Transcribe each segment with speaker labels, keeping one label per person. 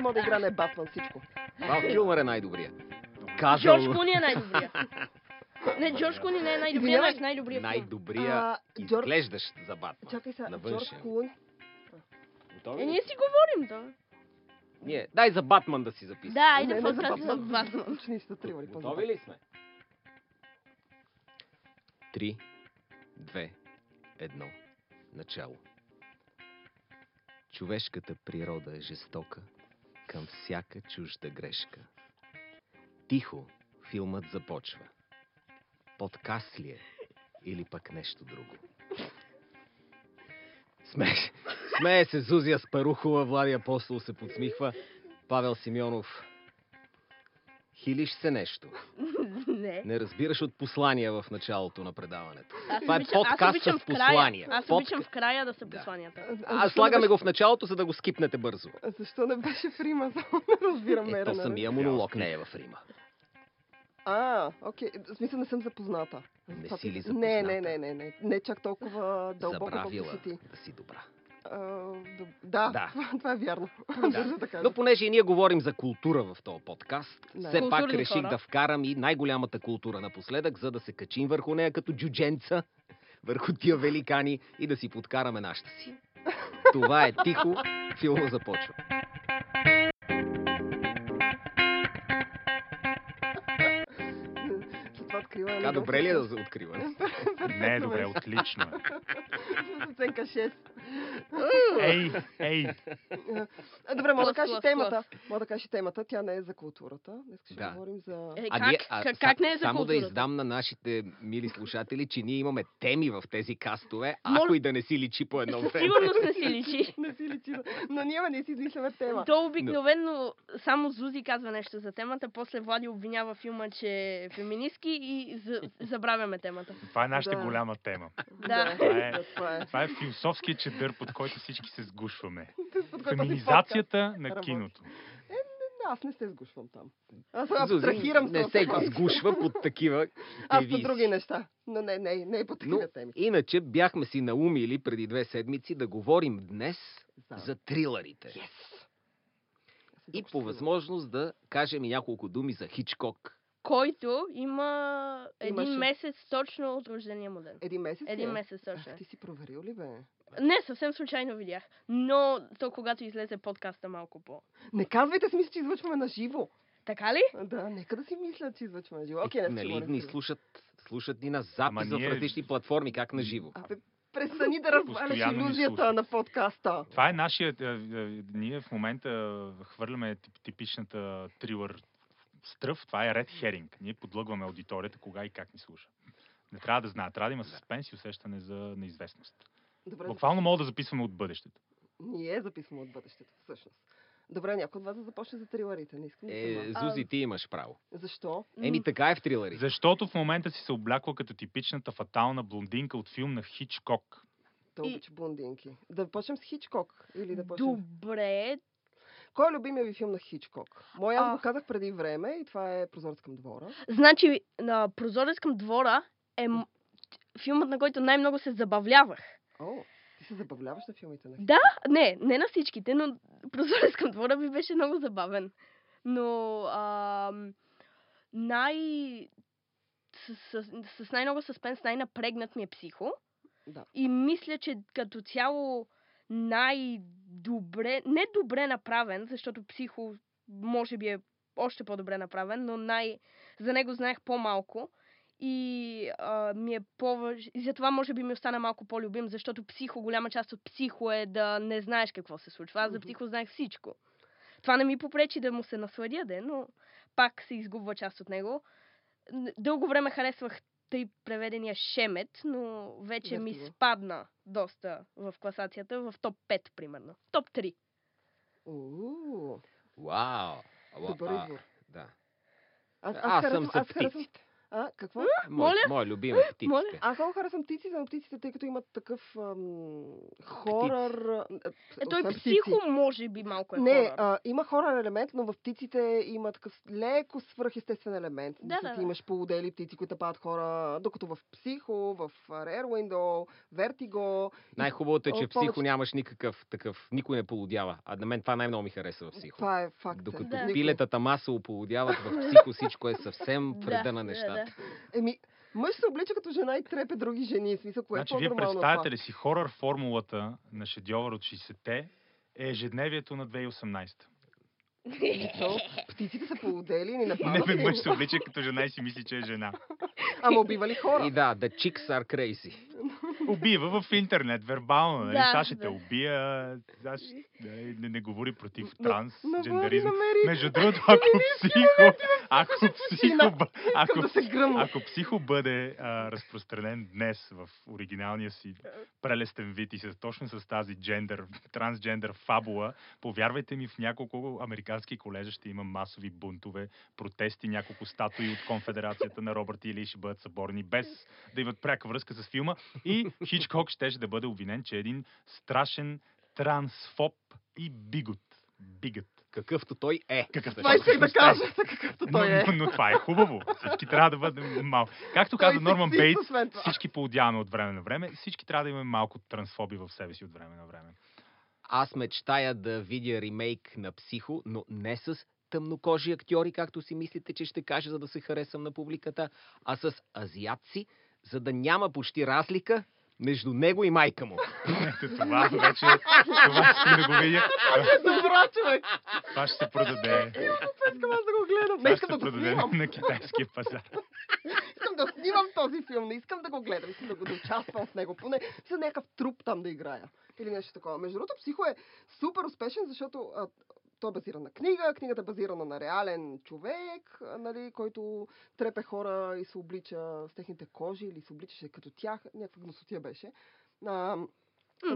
Speaker 1: мога да игра на ебат на всичко.
Speaker 2: Вал Килмър е най-добрия.
Speaker 3: Джордж
Speaker 2: Казал
Speaker 3: Клуни е най-добрия. Не, Джордж Клуни не е най-добрия, но
Speaker 1: Извинявай.
Speaker 3: е най-добрия. филм.
Speaker 2: най-добрия
Speaker 1: А, Джордж-
Speaker 2: изглеждащ за Батман.
Speaker 1: Чакай сега,
Speaker 2: На
Speaker 1: Джордж
Speaker 2: външен.
Speaker 1: Клуни.
Speaker 2: Готови?
Speaker 3: Е,
Speaker 2: ли?
Speaker 3: ние си говорим, да.
Speaker 2: Ние. Дай за Батман да си записваме.
Speaker 3: Да, айде
Speaker 1: Не, не за
Speaker 3: подкаст за
Speaker 1: Батман, за
Speaker 3: Батман.
Speaker 1: Учениците трима или по-назад.
Speaker 2: Готови ли сме? Три, две, едно. Начало. Човешката природа е жестока към всяка чужда грешка. Тихо филмът започва. Подкаст ли е или пък нещо друго? Смее, смее се Зузия Спарухова, Влади Апостол се подсмихва, Павел Симеонов. Хилиш се нещо.
Speaker 3: Не.
Speaker 2: Не разбираш от послания в началото на предаването.
Speaker 3: Аз
Speaker 2: Това е
Speaker 3: обичам- аз
Speaker 2: подкаст
Speaker 3: обичам
Speaker 2: с
Speaker 3: в края.
Speaker 2: послания.
Speaker 3: Аз
Speaker 2: Подка-
Speaker 3: обичам в края да са
Speaker 2: Да.
Speaker 3: посланията.
Speaker 1: А,
Speaker 2: А,
Speaker 1: защо
Speaker 2: слагаме
Speaker 1: не
Speaker 2: го в началото, за да го скипнете бързо.
Speaker 1: беше- Защо не беше в Рима? Само не разбирам
Speaker 2: Ето
Speaker 1: мерене,
Speaker 2: самия монолог не е в Рима.
Speaker 1: А, окей. В смисъл не съм запозната.
Speaker 2: Не
Speaker 1: Затова
Speaker 2: си ли
Speaker 1: питам. Не, не,
Speaker 2: запозната?
Speaker 1: не, не, не. Не чак толкова дълбоко, колкото
Speaker 2: Забравила
Speaker 1: си ти.
Speaker 2: да си добра.
Speaker 1: А, доб- да,
Speaker 2: Да.
Speaker 1: Това, това е вярно. Държа да кажа.
Speaker 2: Но понеже и ние говорим за култура в този подкаст,
Speaker 1: Да.
Speaker 2: все пак
Speaker 3: Културни
Speaker 2: реших
Speaker 3: хора.
Speaker 2: да вкарам и най-голямата култура напоследък, за да се качим върху нея като джудженца, върху тия великани и да си подкараме нашата си. Това е тихо, филма започва.
Speaker 1: След това открила
Speaker 2: Така
Speaker 1: едно
Speaker 2: добре ли е
Speaker 1: доста-
Speaker 2: за откриване?
Speaker 4: Не е добре, отлично. е.
Speaker 1: С оценка 6.
Speaker 4: Ей, ей,
Speaker 1: А, добре, мога да
Speaker 3: Клас,
Speaker 1: кажеш и
Speaker 3: клас,
Speaker 1: темата. Мога да кажеш и темата. Тя не е за културата. Днес ще
Speaker 2: Да.
Speaker 1: говорим за...
Speaker 3: Е,
Speaker 2: А
Speaker 3: как,
Speaker 2: ние- а,
Speaker 3: как,
Speaker 2: са-
Speaker 3: как не е за
Speaker 2: Само да
Speaker 3: културата?
Speaker 2: издам на нашите мили слушатели, че ние имаме теми в тези кастове,
Speaker 3: Моля-
Speaker 2: ако и да не си личи по едно
Speaker 3: Със
Speaker 2: време.
Speaker 3: сигурност не си личи.
Speaker 1: Не си личи. Но ние ма, не си измисляме тема.
Speaker 3: То обикновено само Зузи казва нещо за темата, после Влади обвинява филма, че е феминистки и за, забравяме темата.
Speaker 4: това е нашата
Speaker 1: Да.
Speaker 4: голяма тема.
Speaker 3: Да.
Speaker 4: Това е-
Speaker 1: това е.
Speaker 4: Това е философският чедър, под който всички се сгушваме.
Speaker 1: Под който този
Speaker 4: Феминизацията на
Speaker 1: работи.
Speaker 4: киното.
Speaker 1: подкаст- Да, аз не се сгушвам там. Аз
Speaker 2: Зузи,
Speaker 1: абстрахирам се.
Speaker 2: не
Speaker 1: от
Speaker 2: се
Speaker 1: това.
Speaker 2: сгушва под такива
Speaker 1: Аз по
Speaker 2: девизи.
Speaker 1: други неща. Но не, не, не и по
Speaker 2: Но
Speaker 1: такива теми.
Speaker 2: иначе бяхме си наумили преди две седмици да говорим днес
Speaker 1: Да.
Speaker 2: за трилърите.
Speaker 3: Е,
Speaker 1: Yes!
Speaker 2: И по възможност да кажем и няколко думи за Хичкок.
Speaker 3: Който има един
Speaker 1: Имаше.
Speaker 3: месец точно от рождения му ден.
Speaker 1: Един месец. ли
Speaker 3: Един
Speaker 1: е?
Speaker 3: месец точно.
Speaker 1: Ах, ти си проверил ли бе?
Speaker 3: Не, съвсем случайно видях. Но то когато излезе подкаста малко по...
Speaker 1: Не казвайте си, мисля, че излъчваме на живо.
Speaker 3: Така ли?
Speaker 1: Да, нека да си мислят, че излъчваме на живо.
Speaker 2: Е,
Speaker 1: Окей, не
Speaker 2: нали,
Speaker 1: сигурен
Speaker 2: ни
Speaker 1: съм.
Speaker 2: слушат, слушат ни на
Speaker 4: Ама
Speaker 2: запис в
Speaker 4: ние-
Speaker 2: различни платформи, как на живо.
Speaker 1: Абе, престани да разваляш
Speaker 4: Постоянно ни
Speaker 1: иллюзията
Speaker 4: слушат.
Speaker 1: на подкаста.
Speaker 4: Това е нашия... а, а, Ние в момента а, хвърляме тип- типичната трилър стръв. Това е Red Herring. Ние подлъгваме аудиторията кога и как ни слуша. Не трябва да знаят. Трябва да има съспенс и усещане за неизвестност.
Speaker 1: Добре,
Speaker 4: Буквално мога да записваме от бъдещето.
Speaker 1: ние записваме от бъдещето, всъщност. Добре, някой от вас да започне за триларите. Не искам да съм
Speaker 2: Е,
Speaker 1: аз.
Speaker 2: Зузи, ти имаш право.
Speaker 1: Защо?
Speaker 2: Еми така е в трилъри.
Speaker 4: Защото в момента си се облякла като типичната фатална блондинка от филм на Хичкок.
Speaker 1: Да
Speaker 3: И-
Speaker 1: обича блондинки. Да почнем с Хичкок. Или да почнем...
Speaker 3: Добре.
Speaker 1: Кой е любимия ви филм на Хичкок? Моя аз
Speaker 3: Ах.
Speaker 1: го казах преди време и това е Прозорец към двора.
Speaker 3: Значи, на Прозорец към двора е м- филмът, на който най-много се забавлявах.
Speaker 1: О, ти се забавляваш на филмите на Хичкок.
Speaker 3: Да, не, не на всичките, но Прозорец към двора ми беше много забавен. Но ам, най... С, с, с най-много съспенс, най-напрегнат ми е психо.
Speaker 1: Да.
Speaker 3: И мисля, че като цяло най-добре, не добре направен, защото психо може би е още по-добре направен, но най... за него знаех по-малко. И а, ми е по И затова може би ми остана малко по-любим, защото психо, голяма част от психо е да не знаеш какво се случва. Аз за
Speaker 1: Мгм.
Speaker 3: психо знаех всичко. Това не ми попречи да му се насладя де, но пак се изгубва част от него. Н- Дълго време харесвах тъй преведения Шемет, но вече ми
Speaker 1: Ясно.
Speaker 3: спадна доста в класацията, в топ 5 примерно. Топ 3.
Speaker 1: Уу,
Speaker 2: Вау! Ала-
Speaker 1: добър
Speaker 2: а,
Speaker 1: избор.
Speaker 2: Да.
Speaker 1: Аз, аз,
Speaker 2: Аз съм
Speaker 1: харесвам,
Speaker 2: за
Speaker 1: аз харесвам,
Speaker 2: птиците.
Speaker 1: А, какво?
Speaker 2: Мой,
Speaker 3: Моля?
Speaker 2: мой любим е птиците.
Speaker 3: Моля?
Speaker 1: Аз много харесвам птиците, но птиците, тъй като имат такъв ам, хорър...
Speaker 3: Е, той
Speaker 1: освен
Speaker 3: психо, може би, малко е
Speaker 1: Не,
Speaker 3: хорър.
Speaker 1: а, има хорен елемент, но в птиците има такъв леко свръхестествен елемент.
Speaker 3: Да, да,
Speaker 1: ти
Speaker 3: да.
Speaker 1: имаш полудели птици, които нападат хора, докато в Психо, в Rare Window, Vertigo...
Speaker 2: Най-хубавото е, че
Speaker 1: О,
Speaker 2: в психо
Speaker 1: повече-
Speaker 2: нямаш никакъв такъв, никой не полудява. А на мен това най-много ми харесва в психо.
Speaker 1: Това е факт.
Speaker 2: Докато
Speaker 3: Да.
Speaker 2: да. пилетата маса ополудяват, в психо всичко е съвсем в
Speaker 3: Да,
Speaker 2: реда на
Speaker 3: да,
Speaker 2: нещата.
Speaker 3: да.
Speaker 1: Еми, мъж се облича като жена и трепе други жени. В Смисъл, кое
Speaker 4: значи,
Speaker 1: е
Speaker 4: вие
Speaker 1: по-нормално от
Speaker 4: представяте ли си хорър формулата на шедьовър от 60-те е ежедневието на 2018.
Speaker 1: това? Мисъл, Птиците са полудели, ни
Speaker 4: Не
Speaker 1: нападат.
Speaker 4: бе, мъж се облича като жена и си мисли, че е жена.
Speaker 1: Ама убивали хора.
Speaker 2: И да, the chicks are crazy.
Speaker 4: Убива в интернет, вербално. Нали?
Speaker 3: Да,
Speaker 4: Да, ще
Speaker 3: да.
Speaker 4: те убия. Аз ще- не, не, не говори против
Speaker 1: Но-
Speaker 4: транс,
Speaker 1: но Ами, Влади
Speaker 4: джендаризъм.
Speaker 1: намери-
Speaker 4: Между другото, ако психо... Ако психо... б-
Speaker 1: Искам да
Speaker 4: Ако,
Speaker 1: се гръмна.
Speaker 4: ако психо бъде а, разпространен днес в оригиналния си прелестен вид и с, точно с тази джендър, трансджендър фабула, повярвайте ми, в няколко американски колежа ще има масови бунтове, протести, няколко статуи от конфедерацията на Робърт Или ще бъдат съборни без да имат пряка връзка с филма. И Хичкок щеше да бъде обвинен, че е един страшен трансфоб и бигот. Бигът.
Speaker 2: Какъвто той е.
Speaker 4: Какъв
Speaker 1: Това
Speaker 4: точно
Speaker 1: исках да
Speaker 4: сте.
Speaker 1: кажа, за какъвто той е.
Speaker 4: Но, но това е хубаво. Всички трябва да бъдем малко. Както
Speaker 1: Той
Speaker 4: каза
Speaker 1: е
Speaker 4: Норман
Speaker 1: сексист,
Speaker 4: Бейтс,
Speaker 1: освен това.
Speaker 4: всички поудяваме от време на време. Всички трябва да имаме малко трансфоби в себе си от време на време.
Speaker 2: Аз мечтая да видя ремейк на Психо, но не с тъмнокожи актьори, както си мислите, че ще кажа, за да се харесам на публиката, а с азиатци, за да няма почти разлика между него и майка му.
Speaker 4: Ето това вече, това ще да го видя.
Speaker 1: Добра, човек.
Speaker 4: Това ще се продаде.
Speaker 1: Искам аз да го гледам. Не
Speaker 4: Това ще
Speaker 1: искам
Speaker 4: се
Speaker 1: да го
Speaker 4: продаде
Speaker 1: снимам.
Speaker 4: на китайския пазар.
Speaker 1: Искам да снимам този филм. Не искам да го гледам. Искам да го да участвам в него. Поне за някакъв труп там да играя. Или нещо такова. Между другото, Психо е супер успешен, защото а, той е базиран на книга. Книгата е базирана на реален човек, а, нали, който трепе хора и се облича с техните кожи или се обличаше като тях. Някаква гносотия беше. А,
Speaker 3: М,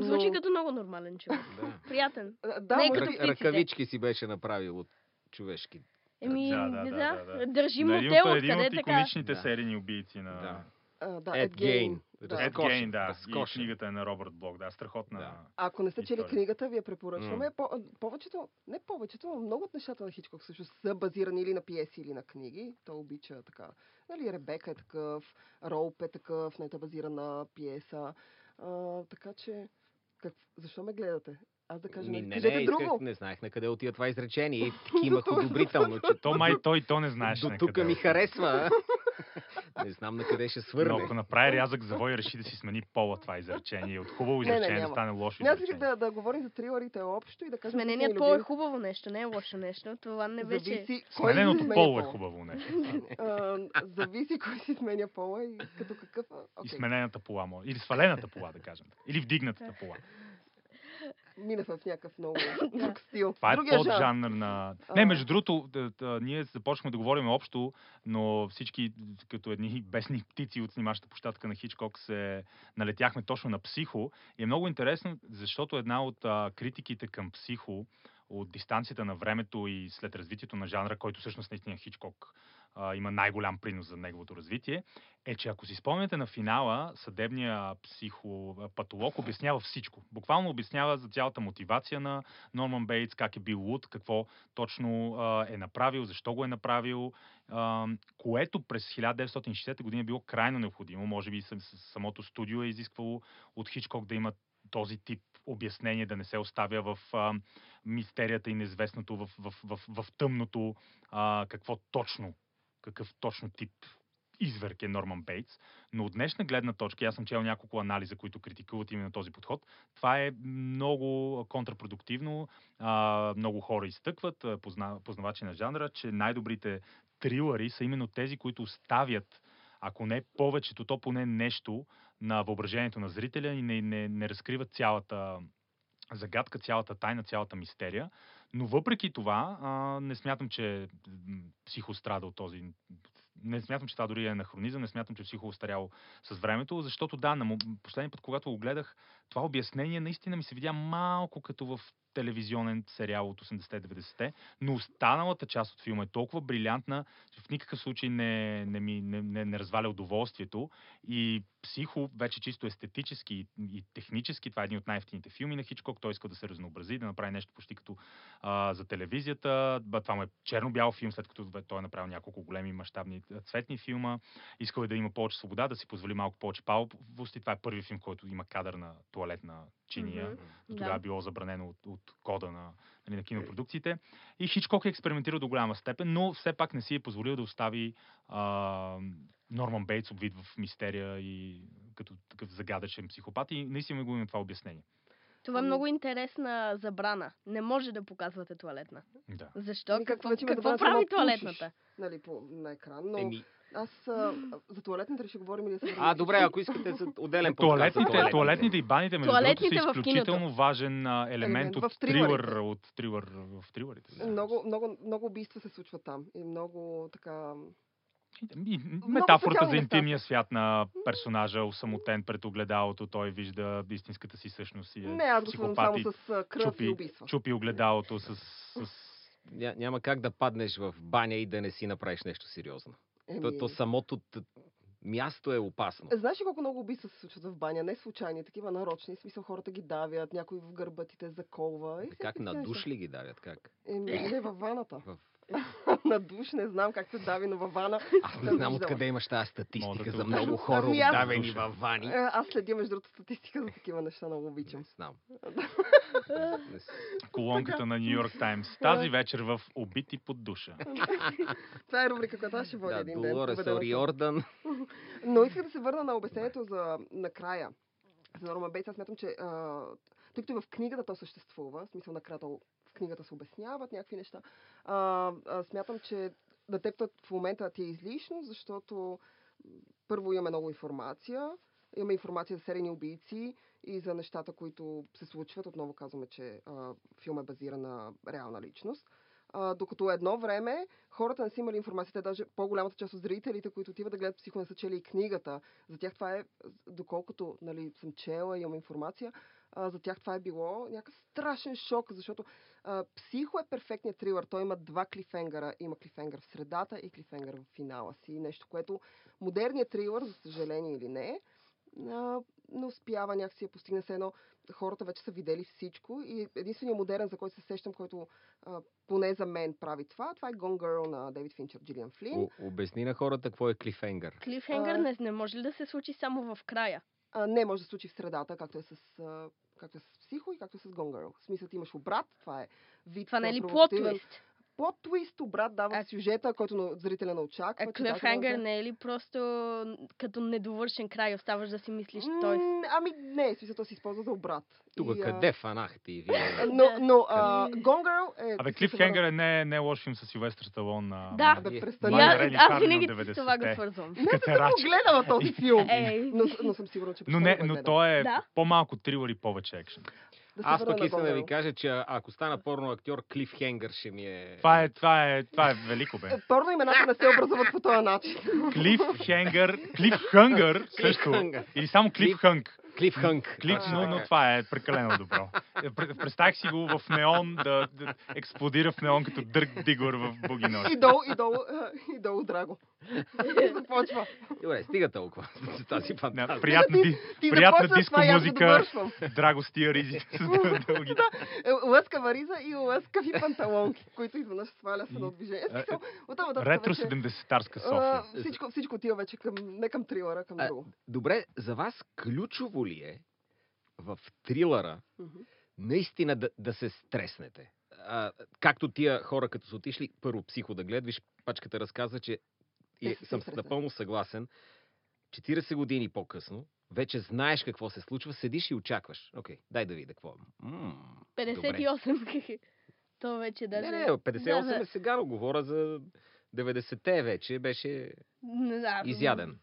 Speaker 3: Звучи
Speaker 1: но-
Speaker 3: като много нормален човек. Приятен.
Speaker 1: а, да,
Speaker 3: Не е
Speaker 1: може
Speaker 3: като
Speaker 1: би...
Speaker 2: Рък,
Speaker 3: птиците.
Speaker 2: ръкавички си беше направил от човешки.
Speaker 3: Еми,
Speaker 4: Да,
Speaker 3: да,
Speaker 4: да, да, да, да.
Speaker 3: държи
Speaker 4: На
Speaker 3: му
Speaker 4: един
Speaker 3: те
Speaker 4: от, един
Speaker 3: откъде
Speaker 4: от
Speaker 3: е така.
Speaker 4: иконичните
Speaker 2: Да.
Speaker 4: серийни убийци на
Speaker 2: Да.
Speaker 1: а, да,
Speaker 2: Ед Гейн.
Speaker 1: Да.
Speaker 4: Ед
Speaker 2: Разкошен,
Speaker 4: Гейн, да. И
Speaker 2: разкошен.
Speaker 4: книгата е на Робърт Блок, да. Страхотна.
Speaker 2: Да.
Speaker 1: Ако не сте чели
Speaker 4: история.
Speaker 1: книгата, ви я препоръчваме. По, повечето, не повечето, но много от нещата на Хичкок също са базирани или на пиеси, или на книги. Той обича така. Нали, Ребека е такъв, Роуп е такъв, не е базирана на пиеса. А, така че, как, защо ме гледате? Аз да кажа,
Speaker 2: Ми,
Speaker 1: не,
Speaker 2: не,
Speaker 1: кажете
Speaker 2: не,
Speaker 1: друго.
Speaker 2: исках, не знаех на къде е отива това изречение. И кимах одобрително, че
Speaker 4: То май той, то не знаеш
Speaker 2: до
Speaker 4: на
Speaker 2: тук
Speaker 4: къде е.
Speaker 2: ми
Speaker 4: отива.
Speaker 2: харесва. а. не знам на къде ще
Speaker 4: Но
Speaker 2: свърне.
Speaker 4: ако направи рязък завой и реши да си смени пола това изречение, и от хубаво
Speaker 1: Не, не,
Speaker 4: изречение да
Speaker 1: няма.
Speaker 4: стане лошо
Speaker 1: Не, аз исках
Speaker 4: изречение.
Speaker 1: да, да говорим за трилърите общо и да кажем...
Speaker 3: Смененият пол е хубаво нещо, не е лошо нещо. Това не вече...
Speaker 1: Зависи, кой си
Speaker 4: Смененото
Speaker 1: сменя
Speaker 4: поло е
Speaker 1: пола.
Speaker 4: хубаво нещо.
Speaker 1: А, зависи кой си сменя пола и като какъв...
Speaker 4: И
Speaker 1: Окей,
Speaker 4: сменената пола, може. Или свалената пола, да кажем. Или вдигнатата пола.
Speaker 1: минахме в някакъв много друг стил.
Speaker 4: Това е
Speaker 1: Другия жанр.
Speaker 4: поджанър на...
Speaker 1: А.
Speaker 4: Не, между другото, да, да, ние започваме да говорим общо, но всички като едни бесни птици от снимащата площадка на Хичкок се налетяхме точно на Психо. И е много интересно, защото една от а, критиките към Психо от дистанцията на времето и след развитието на жанра, който всъщност наистина Хичкок а, има най-голям принос за неговото развитие, е, че ако си спомняте на финала, съдебния психопатолог обяснява всичко. Буквално обяснява за цялата мотивация на Норман Бейтс, как е бил луд, какво точно а, е направил, защо го е направил, а, което през 1960 година е било крайно необходимо. Може би сам- с- самото студио е изисквало от Хичкок да има този тип обяснение, да не се оставя в а, мистерията и неизвестното, в, в, в, в, в тъмното, а, какво точно, какъв точно тип изверг е Норман Бейтс. Но от днешна гледна точка, и аз съм чел няколко анализа, които критикуват именно този подход, това е много контрапродуктивно. А, много хора изтъкват, а, позна, познавачи на жанра, че най-добрите трилъри са именно тези, които оставят, ако не повечето, то поне нещо на въображението на зрителя и не, не, не разкриват цялата загадка, цялата тайна, цялата мистерия. Но въпреки това, а, не смятам, че м, психо страда от този... Не смятам, че това дори е анахронизъм, не смятам, че психо е остарял с времето, защото да, на мо- последния път, когато го гледах, това обяснение наистина ми се видя малко като в телевизионен сериал от 80-90-те, но останалата част от филма е толкова брилянтна, че в никакъв случай не, не, ми, не, не, не разваля удоволствието. И психо, вече чисто естетически и, и технически, това е един от най-ефтините филми на Хичкок. Той иска да се разнообрази, да направи нещо почти като а, за телевизията. Ба, това му е черно-бял филм, след като бе, той е направил няколко големи мащабни цветни филма. Искал е да има повече свобода, да си позволи малко повече палповости. Това е първият филм, който има кадър на туалетна чиния.
Speaker 3: Мгм.
Speaker 4: До тогава
Speaker 3: Да.
Speaker 4: е било забранено от, от кода на, нали, на кинопродукциите. И Хичкок е експериментирал до голяма степен, но все пак не си е позволил да остави а, Норман Бейтс обвид в мистерия и като такъв загадъчен психопат. И наистина го има това обяснение.
Speaker 3: Това е
Speaker 1: Ами-
Speaker 3: много интересна забрана. Не може да показвате туалетна.
Speaker 4: Да.
Speaker 3: Защо?
Speaker 1: Ами, както
Speaker 3: какво
Speaker 1: вече има
Speaker 3: какво
Speaker 1: забрана,
Speaker 3: прави
Speaker 1: че мога да пушиш.
Speaker 3: туалетната?
Speaker 1: нали, по, на екран, но
Speaker 2: Еми,
Speaker 1: аз а, за туалетната ли ще говорим или за...
Speaker 2: а, добре, ако искате за отделен подкаст. за
Speaker 4: Е, Туалетните, туалетните и баните, между другото, са
Speaker 3: Туалетните в
Speaker 4: изключително важен а, елемент
Speaker 1: Елемент
Speaker 4: от
Speaker 1: в трилърите.
Speaker 4: трилър, от трилър, в трилърите. да.
Speaker 1: Много, много, много убийства се случват там и много така...
Speaker 4: И- и- Метафората за
Speaker 1: социални неща.
Speaker 4: интимния свят на персонажа, усамотен пред огледалото, той вижда истинската си същност и е
Speaker 1: Не, аз го свързвам
Speaker 4: психопат
Speaker 1: само
Speaker 4: и
Speaker 1: с а, кръв и
Speaker 4: чупи,
Speaker 1: убийства.
Speaker 4: чупи огледалото с, с
Speaker 2: Ня, няма как да паднеш в баня и да не си направиш нещо сериозно. То,
Speaker 1: Еми,
Speaker 2: то самото т- място е опасно.
Speaker 1: Знаеш ли колко много убийства се случват в баня? Не случайни, такива нарочни. В смисъл хората ги давят, някой в гърбатите заколва. И
Speaker 2: Как
Speaker 1: всякакви такива
Speaker 2: на
Speaker 1: неща.
Speaker 2: душ ли ги дарят? Как?
Speaker 1: Еми, не във ваната.
Speaker 2: В...
Speaker 1: на душ не знам как се дави, но във вана.
Speaker 2: Аз не
Speaker 1: съм
Speaker 2: знам
Speaker 1: виждала.
Speaker 2: откъде имаш тази
Speaker 4: Мога да
Speaker 2: статистика
Speaker 4: те
Speaker 2: за много
Speaker 1: отдам.
Speaker 2: хора
Speaker 1: Ами аз-
Speaker 2: отдавени
Speaker 4: Душа.
Speaker 2: във
Speaker 1: Е,
Speaker 2: вани.
Speaker 1: Аз следя, между другото, статистика за такива неща, много
Speaker 2: Не
Speaker 1: обичам.
Speaker 2: знам. Не с-
Speaker 4: колонката на Нью Йорк Таймс. Тази
Speaker 1: Е.
Speaker 4: вечер в Убити под душа.
Speaker 1: Това е рубрика, която аз ще водя
Speaker 2: Да,
Speaker 1: един ден.
Speaker 2: Долорес
Speaker 1: победена съм.
Speaker 2: Ориордан.
Speaker 1: Но исках да се върна на обяснението за накрая. За Норман Бейтс, аз смятам, че а, тъй като и в книгата то съществува, в смисъл накратко в книгата се обясняват някакви неща, а, а, смятам, че на теб то в момента ти е излишно, защото м, първо имаме много информация, имаме информация за серийни убийци и за нещата, които се случват. Отново казваме, че а, филмът е базиран на реална личност. А, докато едно време хората не са имали информацията, даже по-голямата част от зрителите, които отиват да гледат психо, не са чели и книгата. За тях това е, доколкото нали, съм чела и имам информация, а, за тях това е било някакъв страшен шок, защото а, психо е перфектният трилър. Той има два клифенгъра. Има клифенгър в средата и клифенгър в финала си. Нещо, което модерният трилър, за съжаление или не, а, не успява някакси да постигне се едно. Хората вече са видели всичко и единственият модерен, за който се сещам, който а, поне за мен прави това, това е Gone Girl на Дейвид Финчер, Джилиан Флин.
Speaker 2: О, Обясни на хората какво е клифенгър.
Speaker 3: Клифхенгър
Speaker 1: А.
Speaker 3: не, не може ли да се случи само в края?
Speaker 1: А, не може да се случи в средата, както е с, а, както е с психо и както е с Gone Girl. В смисъл, ти имаш обрат, това е вид.
Speaker 3: Това не е ли плот
Speaker 1: провокативен-
Speaker 3: твист?
Speaker 1: Плот твист, обрат дава
Speaker 3: А-
Speaker 1: сюжета, който на- зрителя не очаква.
Speaker 3: А
Speaker 1: че да, това
Speaker 3: клифхенгър
Speaker 1: е-
Speaker 3: не е ли просто н- като недовършен край? Оставаш да си мислиш,
Speaker 1: М,
Speaker 3: е той
Speaker 1: Ами не, в смисъл, то се използва за обрат.
Speaker 2: Тук
Speaker 1: И, а,
Speaker 2: къде фанахте и вие?
Speaker 1: Но, но а, Gone Girl е...
Speaker 4: Абе,
Speaker 1: да се
Speaker 4: Клифхенгър е не, не е лош филм с Силвестър Сталон. на
Speaker 3: Да.
Speaker 1: върна- Да,
Speaker 4: Май
Speaker 3: И
Speaker 1: престани.
Speaker 4: Май
Speaker 3: аз,
Speaker 1: Аз
Speaker 4: Рейли
Speaker 3: аз
Speaker 4: Харман
Speaker 3: винаги с
Speaker 4: 90-те.
Speaker 3: това го свързвам.
Speaker 1: не съм
Speaker 4: Катерач.
Speaker 1: го гледала този филм.
Speaker 3: Ей,
Speaker 1: Но, но съм сигурна, че...
Speaker 4: Но,
Speaker 1: Петко
Speaker 4: не,
Speaker 1: го е
Speaker 4: но
Speaker 1: гледал.
Speaker 4: то е
Speaker 3: Да.
Speaker 4: по-малко трилър и повече екшен.
Speaker 1: Да се
Speaker 2: Аз
Speaker 1: върна
Speaker 2: пък
Speaker 1: на
Speaker 2: искам
Speaker 1: Gone
Speaker 2: да ви
Speaker 1: Girl.
Speaker 2: кажа, че ако стана порно актьор, клифхенгър ще ми е...
Speaker 4: Това е, това е, това е велико, бе.
Speaker 1: Е, Порно имената не се образуват по този начин.
Speaker 4: Клифхенгър, Клифхънгър също.
Speaker 2: Cliffhanger.
Speaker 4: Или само Клифхънг.
Speaker 2: Клифхънг.
Speaker 4: Клип,
Speaker 2: точно
Speaker 4: но, но
Speaker 2: така.
Speaker 4: това е прекалено добро. Е, пр- Представих си го в неон, да, да експлодира в неон като Дърк Дигор в Богино.
Speaker 1: И долу, и долу, а, и долу драго. Започва.
Speaker 2: Добре, стига толкова с тази фантазия.
Speaker 4: Приятна, ди,
Speaker 1: Ти
Speaker 4: приятна
Speaker 1: започна с
Speaker 4: диско
Speaker 1: това, и аз го
Speaker 4: музика,
Speaker 1: довършвам.
Speaker 4: драгостия ризи с дъл- дълги.
Speaker 1: Е, Лъскава риза и лъскави панталонки, които изведнъж сваля се на движение.
Speaker 4: Е, е,
Speaker 1: Смисъл, Оттам нататък
Speaker 4: Ретро
Speaker 1: вече,
Speaker 4: 70-тарска
Speaker 1: а,
Speaker 4: София.
Speaker 1: Всичко, всичко отива вече към, не към трилъра, към
Speaker 2: А,
Speaker 1: друго.
Speaker 2: Добре, за вас ключово ли е в трилъра
Speaker 1: Мгм.
Speaker 2: наистина да, да се стреснете? А, както тия хора, като са отишли, първо психо да гледат, виж, пачката разказа, че и
Speaker 1: Те са се
Speaker 2: съм
Speaker 1: стреснали.
Speaker 2: напълно съгласен. 40 години по-късно, вече знаеш какво се случва, седиш и очакваш. Окей, дай да видя какво е. М, добре.
Speaker 3: 58. То вече даже...
Speaker 2: Не, не, 58
Speaker 3: Да,
Speaker 2: е сега, но говоря за 90-те вече, беше
Speaker 3: да. Да,
Speaker 2: изяден.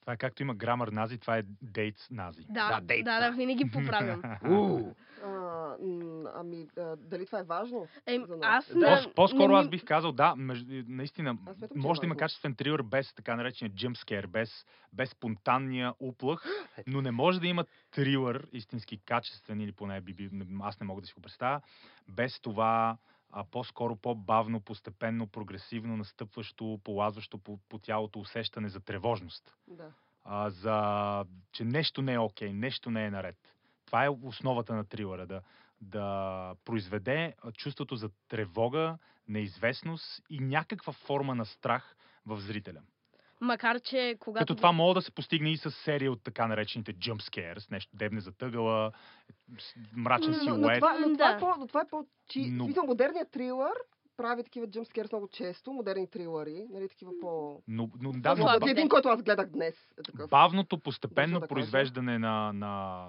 Speaker 4: Това е както има грамър нази, това е дейтс нази.
Speaker 2: Да,
Speaker 3: Да, да,
Speaker 2: дейт,
Speaker 3: да,
Speaker 2: да.
Speaker 3: да, винаги поправям.
Speaker 2: Уу,
Speaker 1: А, м, ами, а, дали това е важно?
Speaker 3: Е,
Speaker 1: За нас.
Speaker 3: аз
Speaker 1: Да.
Speaker 3: не-
Speaker 4: По- По-скоро
Speaker 3: не-
Speaker 4: аз бих казал, да, между, наистина,
Speaker 1: Аз смятам, че е
Speaker 4: може да има
Speaker 1: важно.
Speaker 4: качествен трилър без така наречения джимскер, без, без спонтанния уплах, но не може да има трилър, истински качествен или поне би, би, аз не мога да си го представя, без това а по-скоро по-бавно, постепенно, прогресивно настъпващо, полазващо по, по тялото усещане за тревожност
Speaker 1: Да.
Speaker 4: а, за, че нещо не е окей, нещо не е наред. Това е основата на трилъра, да, да произведе а, чувството за тревога, неизвестност и някаква форма на страх в зрителя.
Speaker 3: Макар, че
Speaker 4: Когато
Speaker 3: когато...
Speaker 4: Като това мога да се постигне и с серия от така наречените jump scares, нещо дебне затъгала, мрачен
Speaker 1: М, но, но,
Speaker 4: силует.
Speaker 1: това, но,
Speaker 3: М,
Speaker 1: това е
Speaker 3: да.
Speaker 1: по, но това е по чи...
Speaker 4: Но-
Speaker 1: но... Смисъл, модерният трилър прави такива джамскерс много често, модерни трилъри, нали, такива по...
Speaker 4: Но, но, да, но,
Speaker 1: Този
Speaker 3: ба-
Speaker 1: един, който аз гледах днес. Е такъв.
Speaker 4: бавното, постепенно
Speaker 1: да кажа.
Speaker 4: произвеждане на, на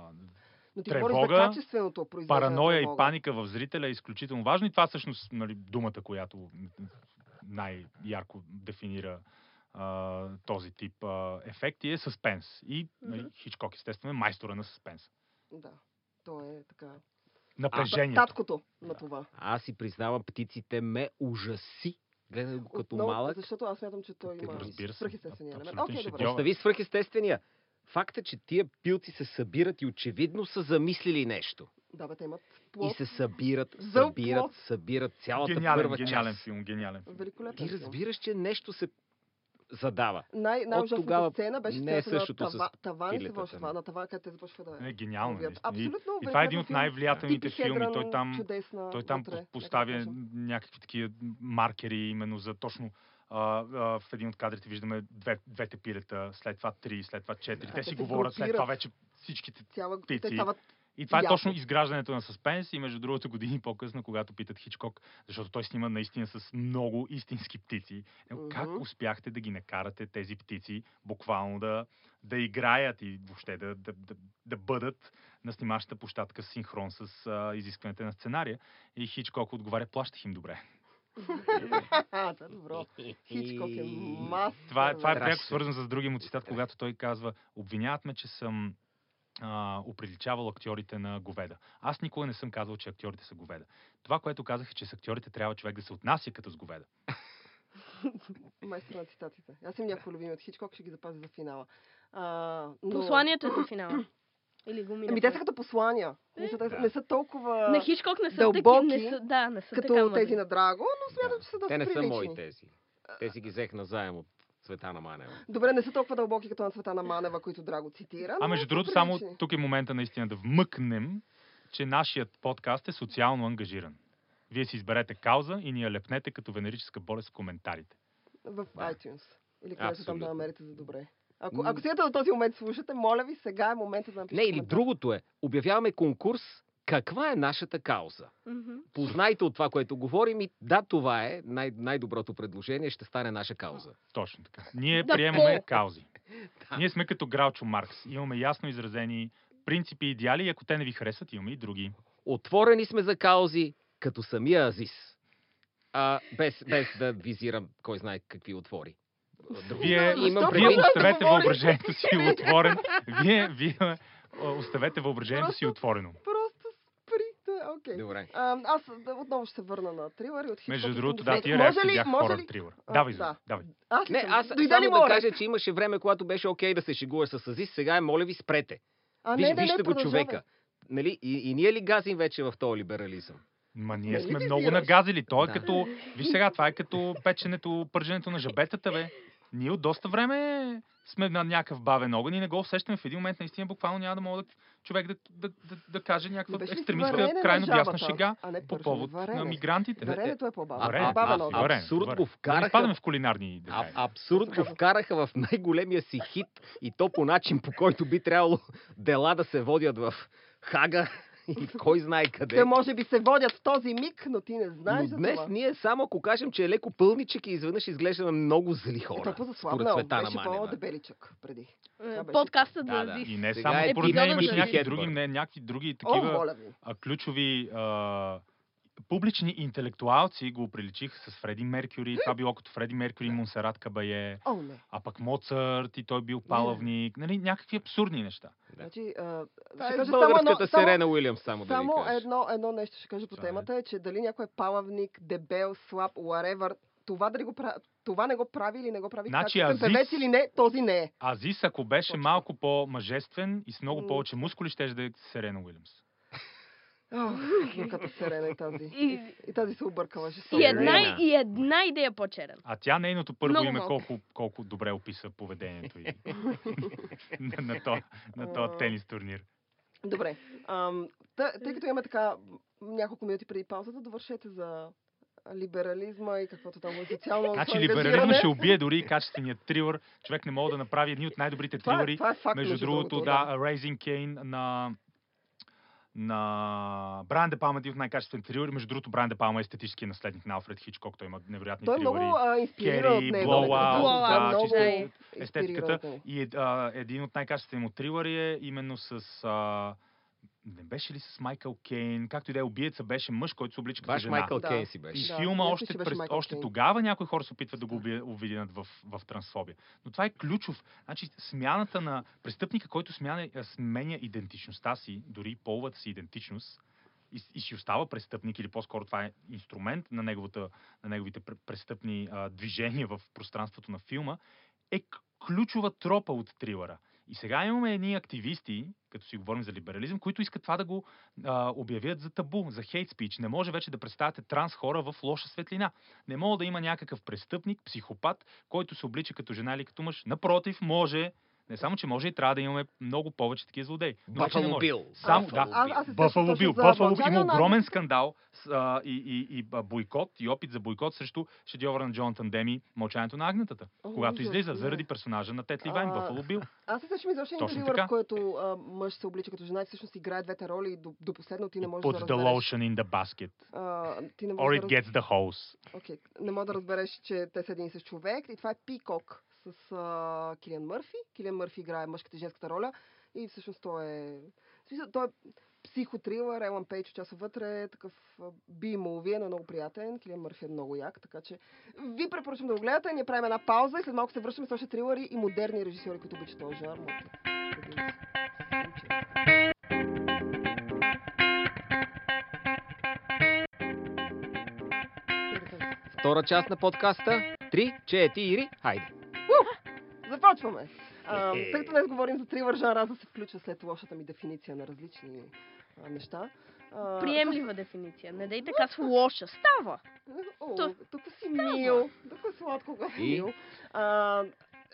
Speaker 1: Но ти говориш
Speaker 4: тревога,
Speaker 1: за качественото произвеждане. на
Speaker 4: параноя и
Speaker 1: тревога.
Speaker 4: паника в зрителя е изключително важно и това всъщност нали, думата, която най-ярко дефинира а, този тип а, ефекти е съспенс. И нали,
Speaker 3: Мгм.
Speaker 4: Хичкок, естествено, е майстора на съспенс.
Speaker 1: Да. То е така.
Speaker 4: Напрежението.
Speaker 1: Таткото на това.
Speaker 2: аз си признавам, птиците ме ужаси. Гледах го като
Speaker 1: Отново,
Speaker 2: малък.
Speaker 1: Защото аз смятам, че той има
Speaker 4: Разбира се.
Speaker 1: свръхестествения елемент.
Speaker 4: Абсолютен
Speaker 1: Окей, добре.
Speaker 4: шедьовър.
Speaker 2: Остави свръхестествения. Факта, че тия пилци се събират и очевидно са замислили нещо.
Speaker 1: Да, бе, те имат
Speaker 2: И
Speaker 1: плод.
Speaker 2: се събират,
Speaker 1: За
Speaker 2: събират,
Speaker 1: плод.
Speaker 2: събират цялата
Speaker 4: Гениален,
Speaker 2: първа
Speaker 4: гениален
Speaker 2: част.
Speaker 4: филм, гениален филм.
Speaker 1: Великолепен
Speaker 2: Ти
Speaker 1: филм.
Speaker 2: разбираш, че нещо се задава.
Speaker 1: Най- най-ужасната
Speaker 2: тогава
Speaker 1: сцена беше
Speaker 2: не е
Speaker 1: сцената на
Speaker 2: същото с
Speaker 1: тава, таван се
Speaker 2: пилетата,
Speaker 1: върши
Speaker 2: ама.
Speaker 1: това, на таван, където те започва да
Speaker 4: Не, Е, гениално.
Speaker 1: вият.
Speaker 4: наистина. И,
Speaker 1: Абсолютно
Speaker 4: и това е
Speaker 1: великолепен
Speaker 4: един от
Speaker 1: филм.
Speaker 4: най-влиятелните
Speaker 1: Пипи
Speaker 4: филми. Той
Speaker 1: Хедрън,
Speaker 4: там
Speaker 1: чудесна
Speaker 4: Той там
Speaker 1: вътре,
Speaker 4: вътре,
Speaker 1: нека да
Speaker 4: поставя
Speaker 1: кажем.
Speaker 4: някакви такива маркери, именно за точно а, а, в един от кадрите виждаме две, двете пилета, след това три, след това четири.
Speaker 1: Да,
Speaker 4: Те
Speaker 1: те
Speaker 4: си
Speaker 1: се
Speaker 4: говорят, след това
Speaker 1: групират.
Speaker 4: вече всичките.
Speaker 1: Цяла те
Speaker 4: птици.
Speaker 1: стават
Speaker 4: И това е
Speaker 1: Ясно.
Speaker 4: точно изграждането на съспенс и между другото години по-късно, когато питат Хичкок, защото той снима наистина с много истински птици. Него, Как
Speaker 1: Мгм.
Speaker 4: успяхте да ги накарате тези птици буквално да, да играят и въобще да, да, да, да бъдат на снимащата площадка в синхрон с а, изискването на сценария? И Хичкок отговаря, плащах им добре.
Speaker 1: Ха, да, добро. Хичкок е мастер.
Speaker 4: Това, е- това е
Speaker 2: Страшно.
Speaker 4: пряко свързано с другия му цитат, когато той казва, обвиняват ме, че съм а, оприличавал актьорите на говеда. Аз никога не съм казвал, че актьорите са говеда. Това, което казах е, че с актьорите трябва човек да се отнася като с говеда.
Speaker 1: Майстор на цитатите. Аз имам някои любими от Хичкок, ще ги запазя за финала. А, но...
Speaker 3: Посланието е до финала. Или го минахме.
Speaker 1: Ами те са като послания. Не са,
Speaker 2: Да.
Speaker 1: да. не са толкова
Speaker 3: На Хичкок Е, не са
Speaker 1: дълбоки,
Speaker 3: таки, не са, да, не са нали?
Speaker 1: като
Speaker 3: така мъдри.
Speaker 1: тези на Драго, но смятам, че са доста
Speaker 2: Те не са
Speaker 1: прилични.
Speaker 2: мои тези. Тези ги взех назаем от Цветана Манева.
Speaker 1: Добре, не са толкова дълбоки, като на цвета на Манева, които Драго цитира.
Speaker 4: А
Speaker 1: но
Speaker 4: между
Speaker 1: са
Speaker 4: другото, само
Speaker 1: прилични.
Speaker 4: тук е момента наистина да вмъкнем, че нашият подкаст е социално ангажиран. Вие си изберете кауза и ни я лепнете като венерическа болест в коментарите.
Speaker 1: В
Speaker 2: Да.
Speaker 1: iTunes. Или където там да
Speaker 2: Абсолютно.
Speaker 1: намерите за добре. Ако,
Speaker 2: М.
Speaker 1: ако стигате до този момент слушате, моля ви, сега е момента да
Speaker 2: Не,
Speaker 1: напишете
Speaker 2: или
Speaker 1: коментар.
Speaker 2: другото е. Обявяваме конкурс. Каква е нашата кауза?
Speaker 3: Мгм.
Speaker 2: Познайте от това, което говорим и да, това е най- най-доброто предложение, ще стане наша кауза.
Speaker 4: Точно така. Ние
Speaker 3: Да,
Speaker 4: приемаме
Speaker 3: по-
Speaker 4: каузи. Ние сме като Граучо Маркс. Имаме ясно изразени принципи и идеали и ако те не ви харесват, имаме и други.
Speaker 2: Отворени сме за каузи, като самия Азис. А, без, без да визирам кой знае какви отвори. Друго.
Speaker 4: Вие,
Speaker 1: Защо
Speaker 2: имам предвид,
Speaker 4: вие
Speaker 1: продължавате?
Speaker 4: оставете
Speaker 1: да говорите?
Speaker 4: въображението си отворено. Вие, вие а, оставете въображението си
Speaker 1: Просто-
Speaker 4: отворено.
Speaker 1: Просто спри. Да, Окей.
Speaker 2: Добре.
Speaker 1: А, аз да, отново ще се върна на трилър и от Хичкок.
Speaker 4: Между
Speaker 1: искам
Speaker 4: другото,
Speaker 1: да,
Speaker 4: да,
Speaker 1: се-
Speaker 4: тия
Speaker 1: може
Speaker 4: реакции
Speaker 1: ли,
Speaker 4: бяха
Speaker 1: може
Speaker 4: хора
Speaker 1: ли,
Speaker 4: трилър.
Speaker 1: а,
Speaker 4: Давай,
Speaker 1: да.
Speaker 4: Зоя, давай.
Speaker 1: аз ли
Speaker 2: Не,
Speaker 1: съм?
Speaker 2: аз
Speaker 1: Дойде ли
Speaker 2: само да
Speaker 1: море?
Speaker 2: кажа, че имаше време, когато беше окей да се шегуваш с Азис, сега е, моля ви, спрете.
Speaker 1: А,
Speaker 2: Виж,
Speaker 1: не, не, не,
Speaker 2: вижте го
Speaker 1: продължавай.
Speaker 2: човека. Нали? И, и ние ли газим вече в този либерализъм?
Speaker 4: Ма ние
Speaker 1: Нали
Speaker 4: сме
Speaker 1: ти
Speaker 4: много
Speaker 1: визираш?
Speaker 4: нагазили. То е
Speaker 2: Да.
Speaker 4: като... Виж сега, това е като печенето, пърженето на жабетата, бе. Ние от доста време сме на някакъв бавен огън и не го усещаме. В един момент наистина буквално няма да мога да, човек да, да, да, да каже
Speaker 1: Ми
Speaker 4: някаква
Speaker 1: беше ли
Speaker 4: екстремистка,
Speaker 1: варене на
Speaker 4: крайно дясна
Speaker 1: жабата?
Speaker 4: шега
Speaker 1: А не
Speaker 4: по
Speaker 1: пържено,
Speaker 4: повод на
Speaker 1: варене.
Speaker 4: мигрантите.
Speaker 1: Варенето е по-бавно.
Speaker 4: Варене,
Speaker 2: а,
Speaker 1: Бавен
Speaker 2: а,
Speaker 1: огън.
Speaker 2: а,
Speaker 4: Добре,
Speaker 2: абсурд го
Speaker 4: добре. Да не
Speaker 2: вкараха.
Speaker 4: изпадаме в кулинарни
Speaker 2: А,
Speaker 4: детайли.
Speaker 2: абсурд го вкараха в най-големия си хит и то по начин, по който би трябвало дела да се водят в Хага и кой знае къде.
Speaker 1: Те може би се водят в този миг, но ти не знаеш
Speaker 2: Но
Speaker 1: за
Speaker 2: днес
Speaker 1: това.
Speaker 2: ние само ако кажем, че е леко пълничек и изведнъж изглеждаме много зли
Speaker 1: Е,
Speaker 2: хора.
Speaker 1: той
Speaker 2: според
Speaker 1: по-заслабнал.
Speaker 2: Цветана
Speaker 1: Беше
Speaker 2: Манева.
Speaker 1: по-дебеличък преди.
Speaker 3: Е,
Speaker 1: беше-
Speaker 3: Подкастът
Speaker 2: Да,
Speaker 3: да,
Speaker 2: да.
Speaker 3: да.
Speaker 4: И не
Speaker 2: Сега
Speaker 4: само,
Speaker 2: е
Speaker 4: според мен
Speaker 3: епизодът
Speaker 4: имаше
Speaker 3: за
Speaker 4: някакви
Speaker 2: Хедборн.
Speaker 4: други, не, някакви други
Speaker 1: О,
Speaker 4: такива
Speaker 1: моля ви.
Speaker 4: а, ключови а, публични интелектуалци го приличиха с Фреди Меркюри. Това било като Фреди Меркюри, Монсерат Кабае,
Speaker 1: О, не.
Speaker 4: а пък Моцарт и той бил палавник. Нали, някакви абсурдни неща.
Speaker 1: Значи, а,
Speaker 2: Това
Speaker 1: ще
Speaker 2: е
Speaker 1: кажа само едно,
Speaker 2: българската
Speaker 1: само,
Speaker 2: Серена Уилямс, само,
Speaker 1: само
Speaker 2: да ви кажа.
Speaker 1: едно, едно нещо ще кажа по
Speaker 4: Това е.
Speaker 1: темата е, че дали някой е палавник, дебел, слаб, whatever, това, дали го прави, това не го прави или не го прави
Speaker 4: Значи
Speaker 1: качествен
Speaker 4: Азис-
Speaker 1: певец или не, този не е.
Speaker 4: Азис, ако беше
Speaker 1: Точно.
Speaker 4: малко по-мъжествен и с много
Speaker 1: М.
Speaker 4: повече мускули, ще да е Серена Уилямс.
Speaker 1: Ох, каката Серена и тази.
Speaker 3: И,
Speaker 1: И тази се объркала. жестоко.
Speaker 3: и, една,
Speaker 2: Ирина.
Speaker 3: и една идея по-черен.
Speaker 4: А тя нейното първо
Speaker 3: Много
Speaker 4: име
Speaker 3: малко.
Speaker 4: колко, колко добре описа поведението й на, на, то, на
Speaker 1: А.
Speaker 4: този тенис турнир.
Speaker 1: Добре. Ам, тъ, тъй като имаме така м, няколко минути преди паузата, довършете за либерализма и каквото там е социално
Speaker 4: Значи
Speaker 1: ангажиране.
Speaker 4: либерализма ще убие дори и качественият трилър. Човек не може да направи едни от най-добрите
Speaker 1: това, е-
Speaker 4: трилъри.
Speaker 1: това е факт,
Speaker 4: Между другото, да, Raising Kane на на Брайан Де Палма е един от най-качествените трилъри. Между другото, Брайан Де Палма е естетически наследник на Алфред Хичкок. Той има невероятни
Speaker 1: Той е
Speaker 4: трилъри.
Speaker 1: много а, инспириран от
Speaker 4: Кери,
Speaker 1: него. нали?
Speaker 4: Blowout,
Speaker 3: да,
Speaker 1: много
Speaker 3: чисто
Speaker 1: инспириран
Speaker 4: естетиката.
Speaker 1: от него.
Speaker 4: И е- а, един от най-качествените му трилъри е именно с... А, не беше ли с Майкъл Кейн? Както и да е, убиеца беше мъж, който се облича като
Speaker 2: Баш
Speaker 4: жена.
Speaker 2: Майкъл
Speaker 1: Да.
Speaker 2: Кейн си
Speaker 4: И
Speaker 2: беше.
Speaker 1: Да,
Speaker 4: да, филма
Speaker 1: мисля,
Speaker 4: още,
Speaker 1: че беше
Speaker 4: през,
Speaker 1: Майкъл
Speaker 4: още
Speaker 1: Кейн.
Speaker 4: тогава някои хора се опитват да го уби- обвинят в, в трансфобия. Но това е ключов. Значи смяната на престъпника, който смяна, а, сменя идентичността си, дори и половата си идентичност, и, с- и си остава престъпник, или по-скоро това е инструмент на, неговата, на неговите пр- престъпни а, движения в пространството на филма, е к- ключова тропа от трилъра. И сега имаме едни активисти, като си говорим за либерализъм, които искат това да го а, обявят за табу, за хейт спич. Не може вече да представяте транс хора в лоша светлина. Не мога да има някакъв престъпник, психопат, който се облича като жена или като мъж. Напротив, може. Не само, че може и трябва да имаме много повече такива злодеи. Но вече не
Speaker 2: Бафало
Speaker 4: може.
Speaker 2: Бил.
Speaker 4: Само,
Speaker 2: Бафало
Speaker 4: да.
Speaker 1: Аз-
Speaker 2: Бил.
Speaker 1: аз се сещам
Speaker 4: Бъфало
Speaker 1: точно
Speaker 4: бил.
Speaker 1: за
Speaker 4: Бъфало
Speaker 1: Бонджарио
Speaker 4: има
Speaker 1: Нагис.
Speaker 4: огромен скандал с, а, и, и, и а, бойкот, и опит за бойкот срещу шедьовъра на Джонатан Деми Мълчанието на агнетата,
Speaker 1: О,
Speaker 4: когато
Speaker 1: ужас,
Speaker 4: излиза
Speaker 1: не.
Speaker 4: заради персонажа на Тет Ливайн,
Speaker 1: А,
Speaker 4: Бъфало Бил.
Speaker 1: Аз се сещам изобщо един
Speaker 4: Точно
Speaker 1: трилър, в
Speaker 4: така.
Speaker 1: който а, мъж се облича като жена и всъщност играе двете роли и до, до последно ти не можеш
Speaker 4: Puts
Speaker 1: да
Speaker 4: the
Speaker 1: разбереш.
Speaker 4: lotion in the basket.
Speaker 1: А, ти не
Speaker 4: Or
Speaker 1: можеш
Speaker 4: it
Speaker 1: да, раз...
Speaker 4: gets the hose.
Speaker 1: okay. не можеш да разбереш, че те са един и същ човек. И това е Пикок с а, Килиан Мърфи. Килиан Мърфи играе мъжката и женската роля. И всъщност той е... в смисъл, Той е психотрилър, Елан Пейдж участва вътре, такъв би вие но много приятен. Килиан Мърфи е много як, така че ви препоръчвам да го гледате. Ние правим една пауза и след малко се връщаме с още трилъри и модерни режисьори, които обичат този жанр. но-
Speaker 2: Втора част на подкаста. Три, четири, хайде.
Speaker 1: Започваме. А,
Speaker 2: Е-е.
Speaker 1: тъй като днес говорим за трилър жанр, аз да се включа след лошата ми дефиниция на различни а, неща. А,
Speaker 3: Приемлива дефиниция. Не дей така с лоша. Става.
Speaker 1: О,
Speaker 3: То-
Speaker 1: тук си мил, тук е сладко го си
Speaker 2: И?
Speaker 1: мил. А,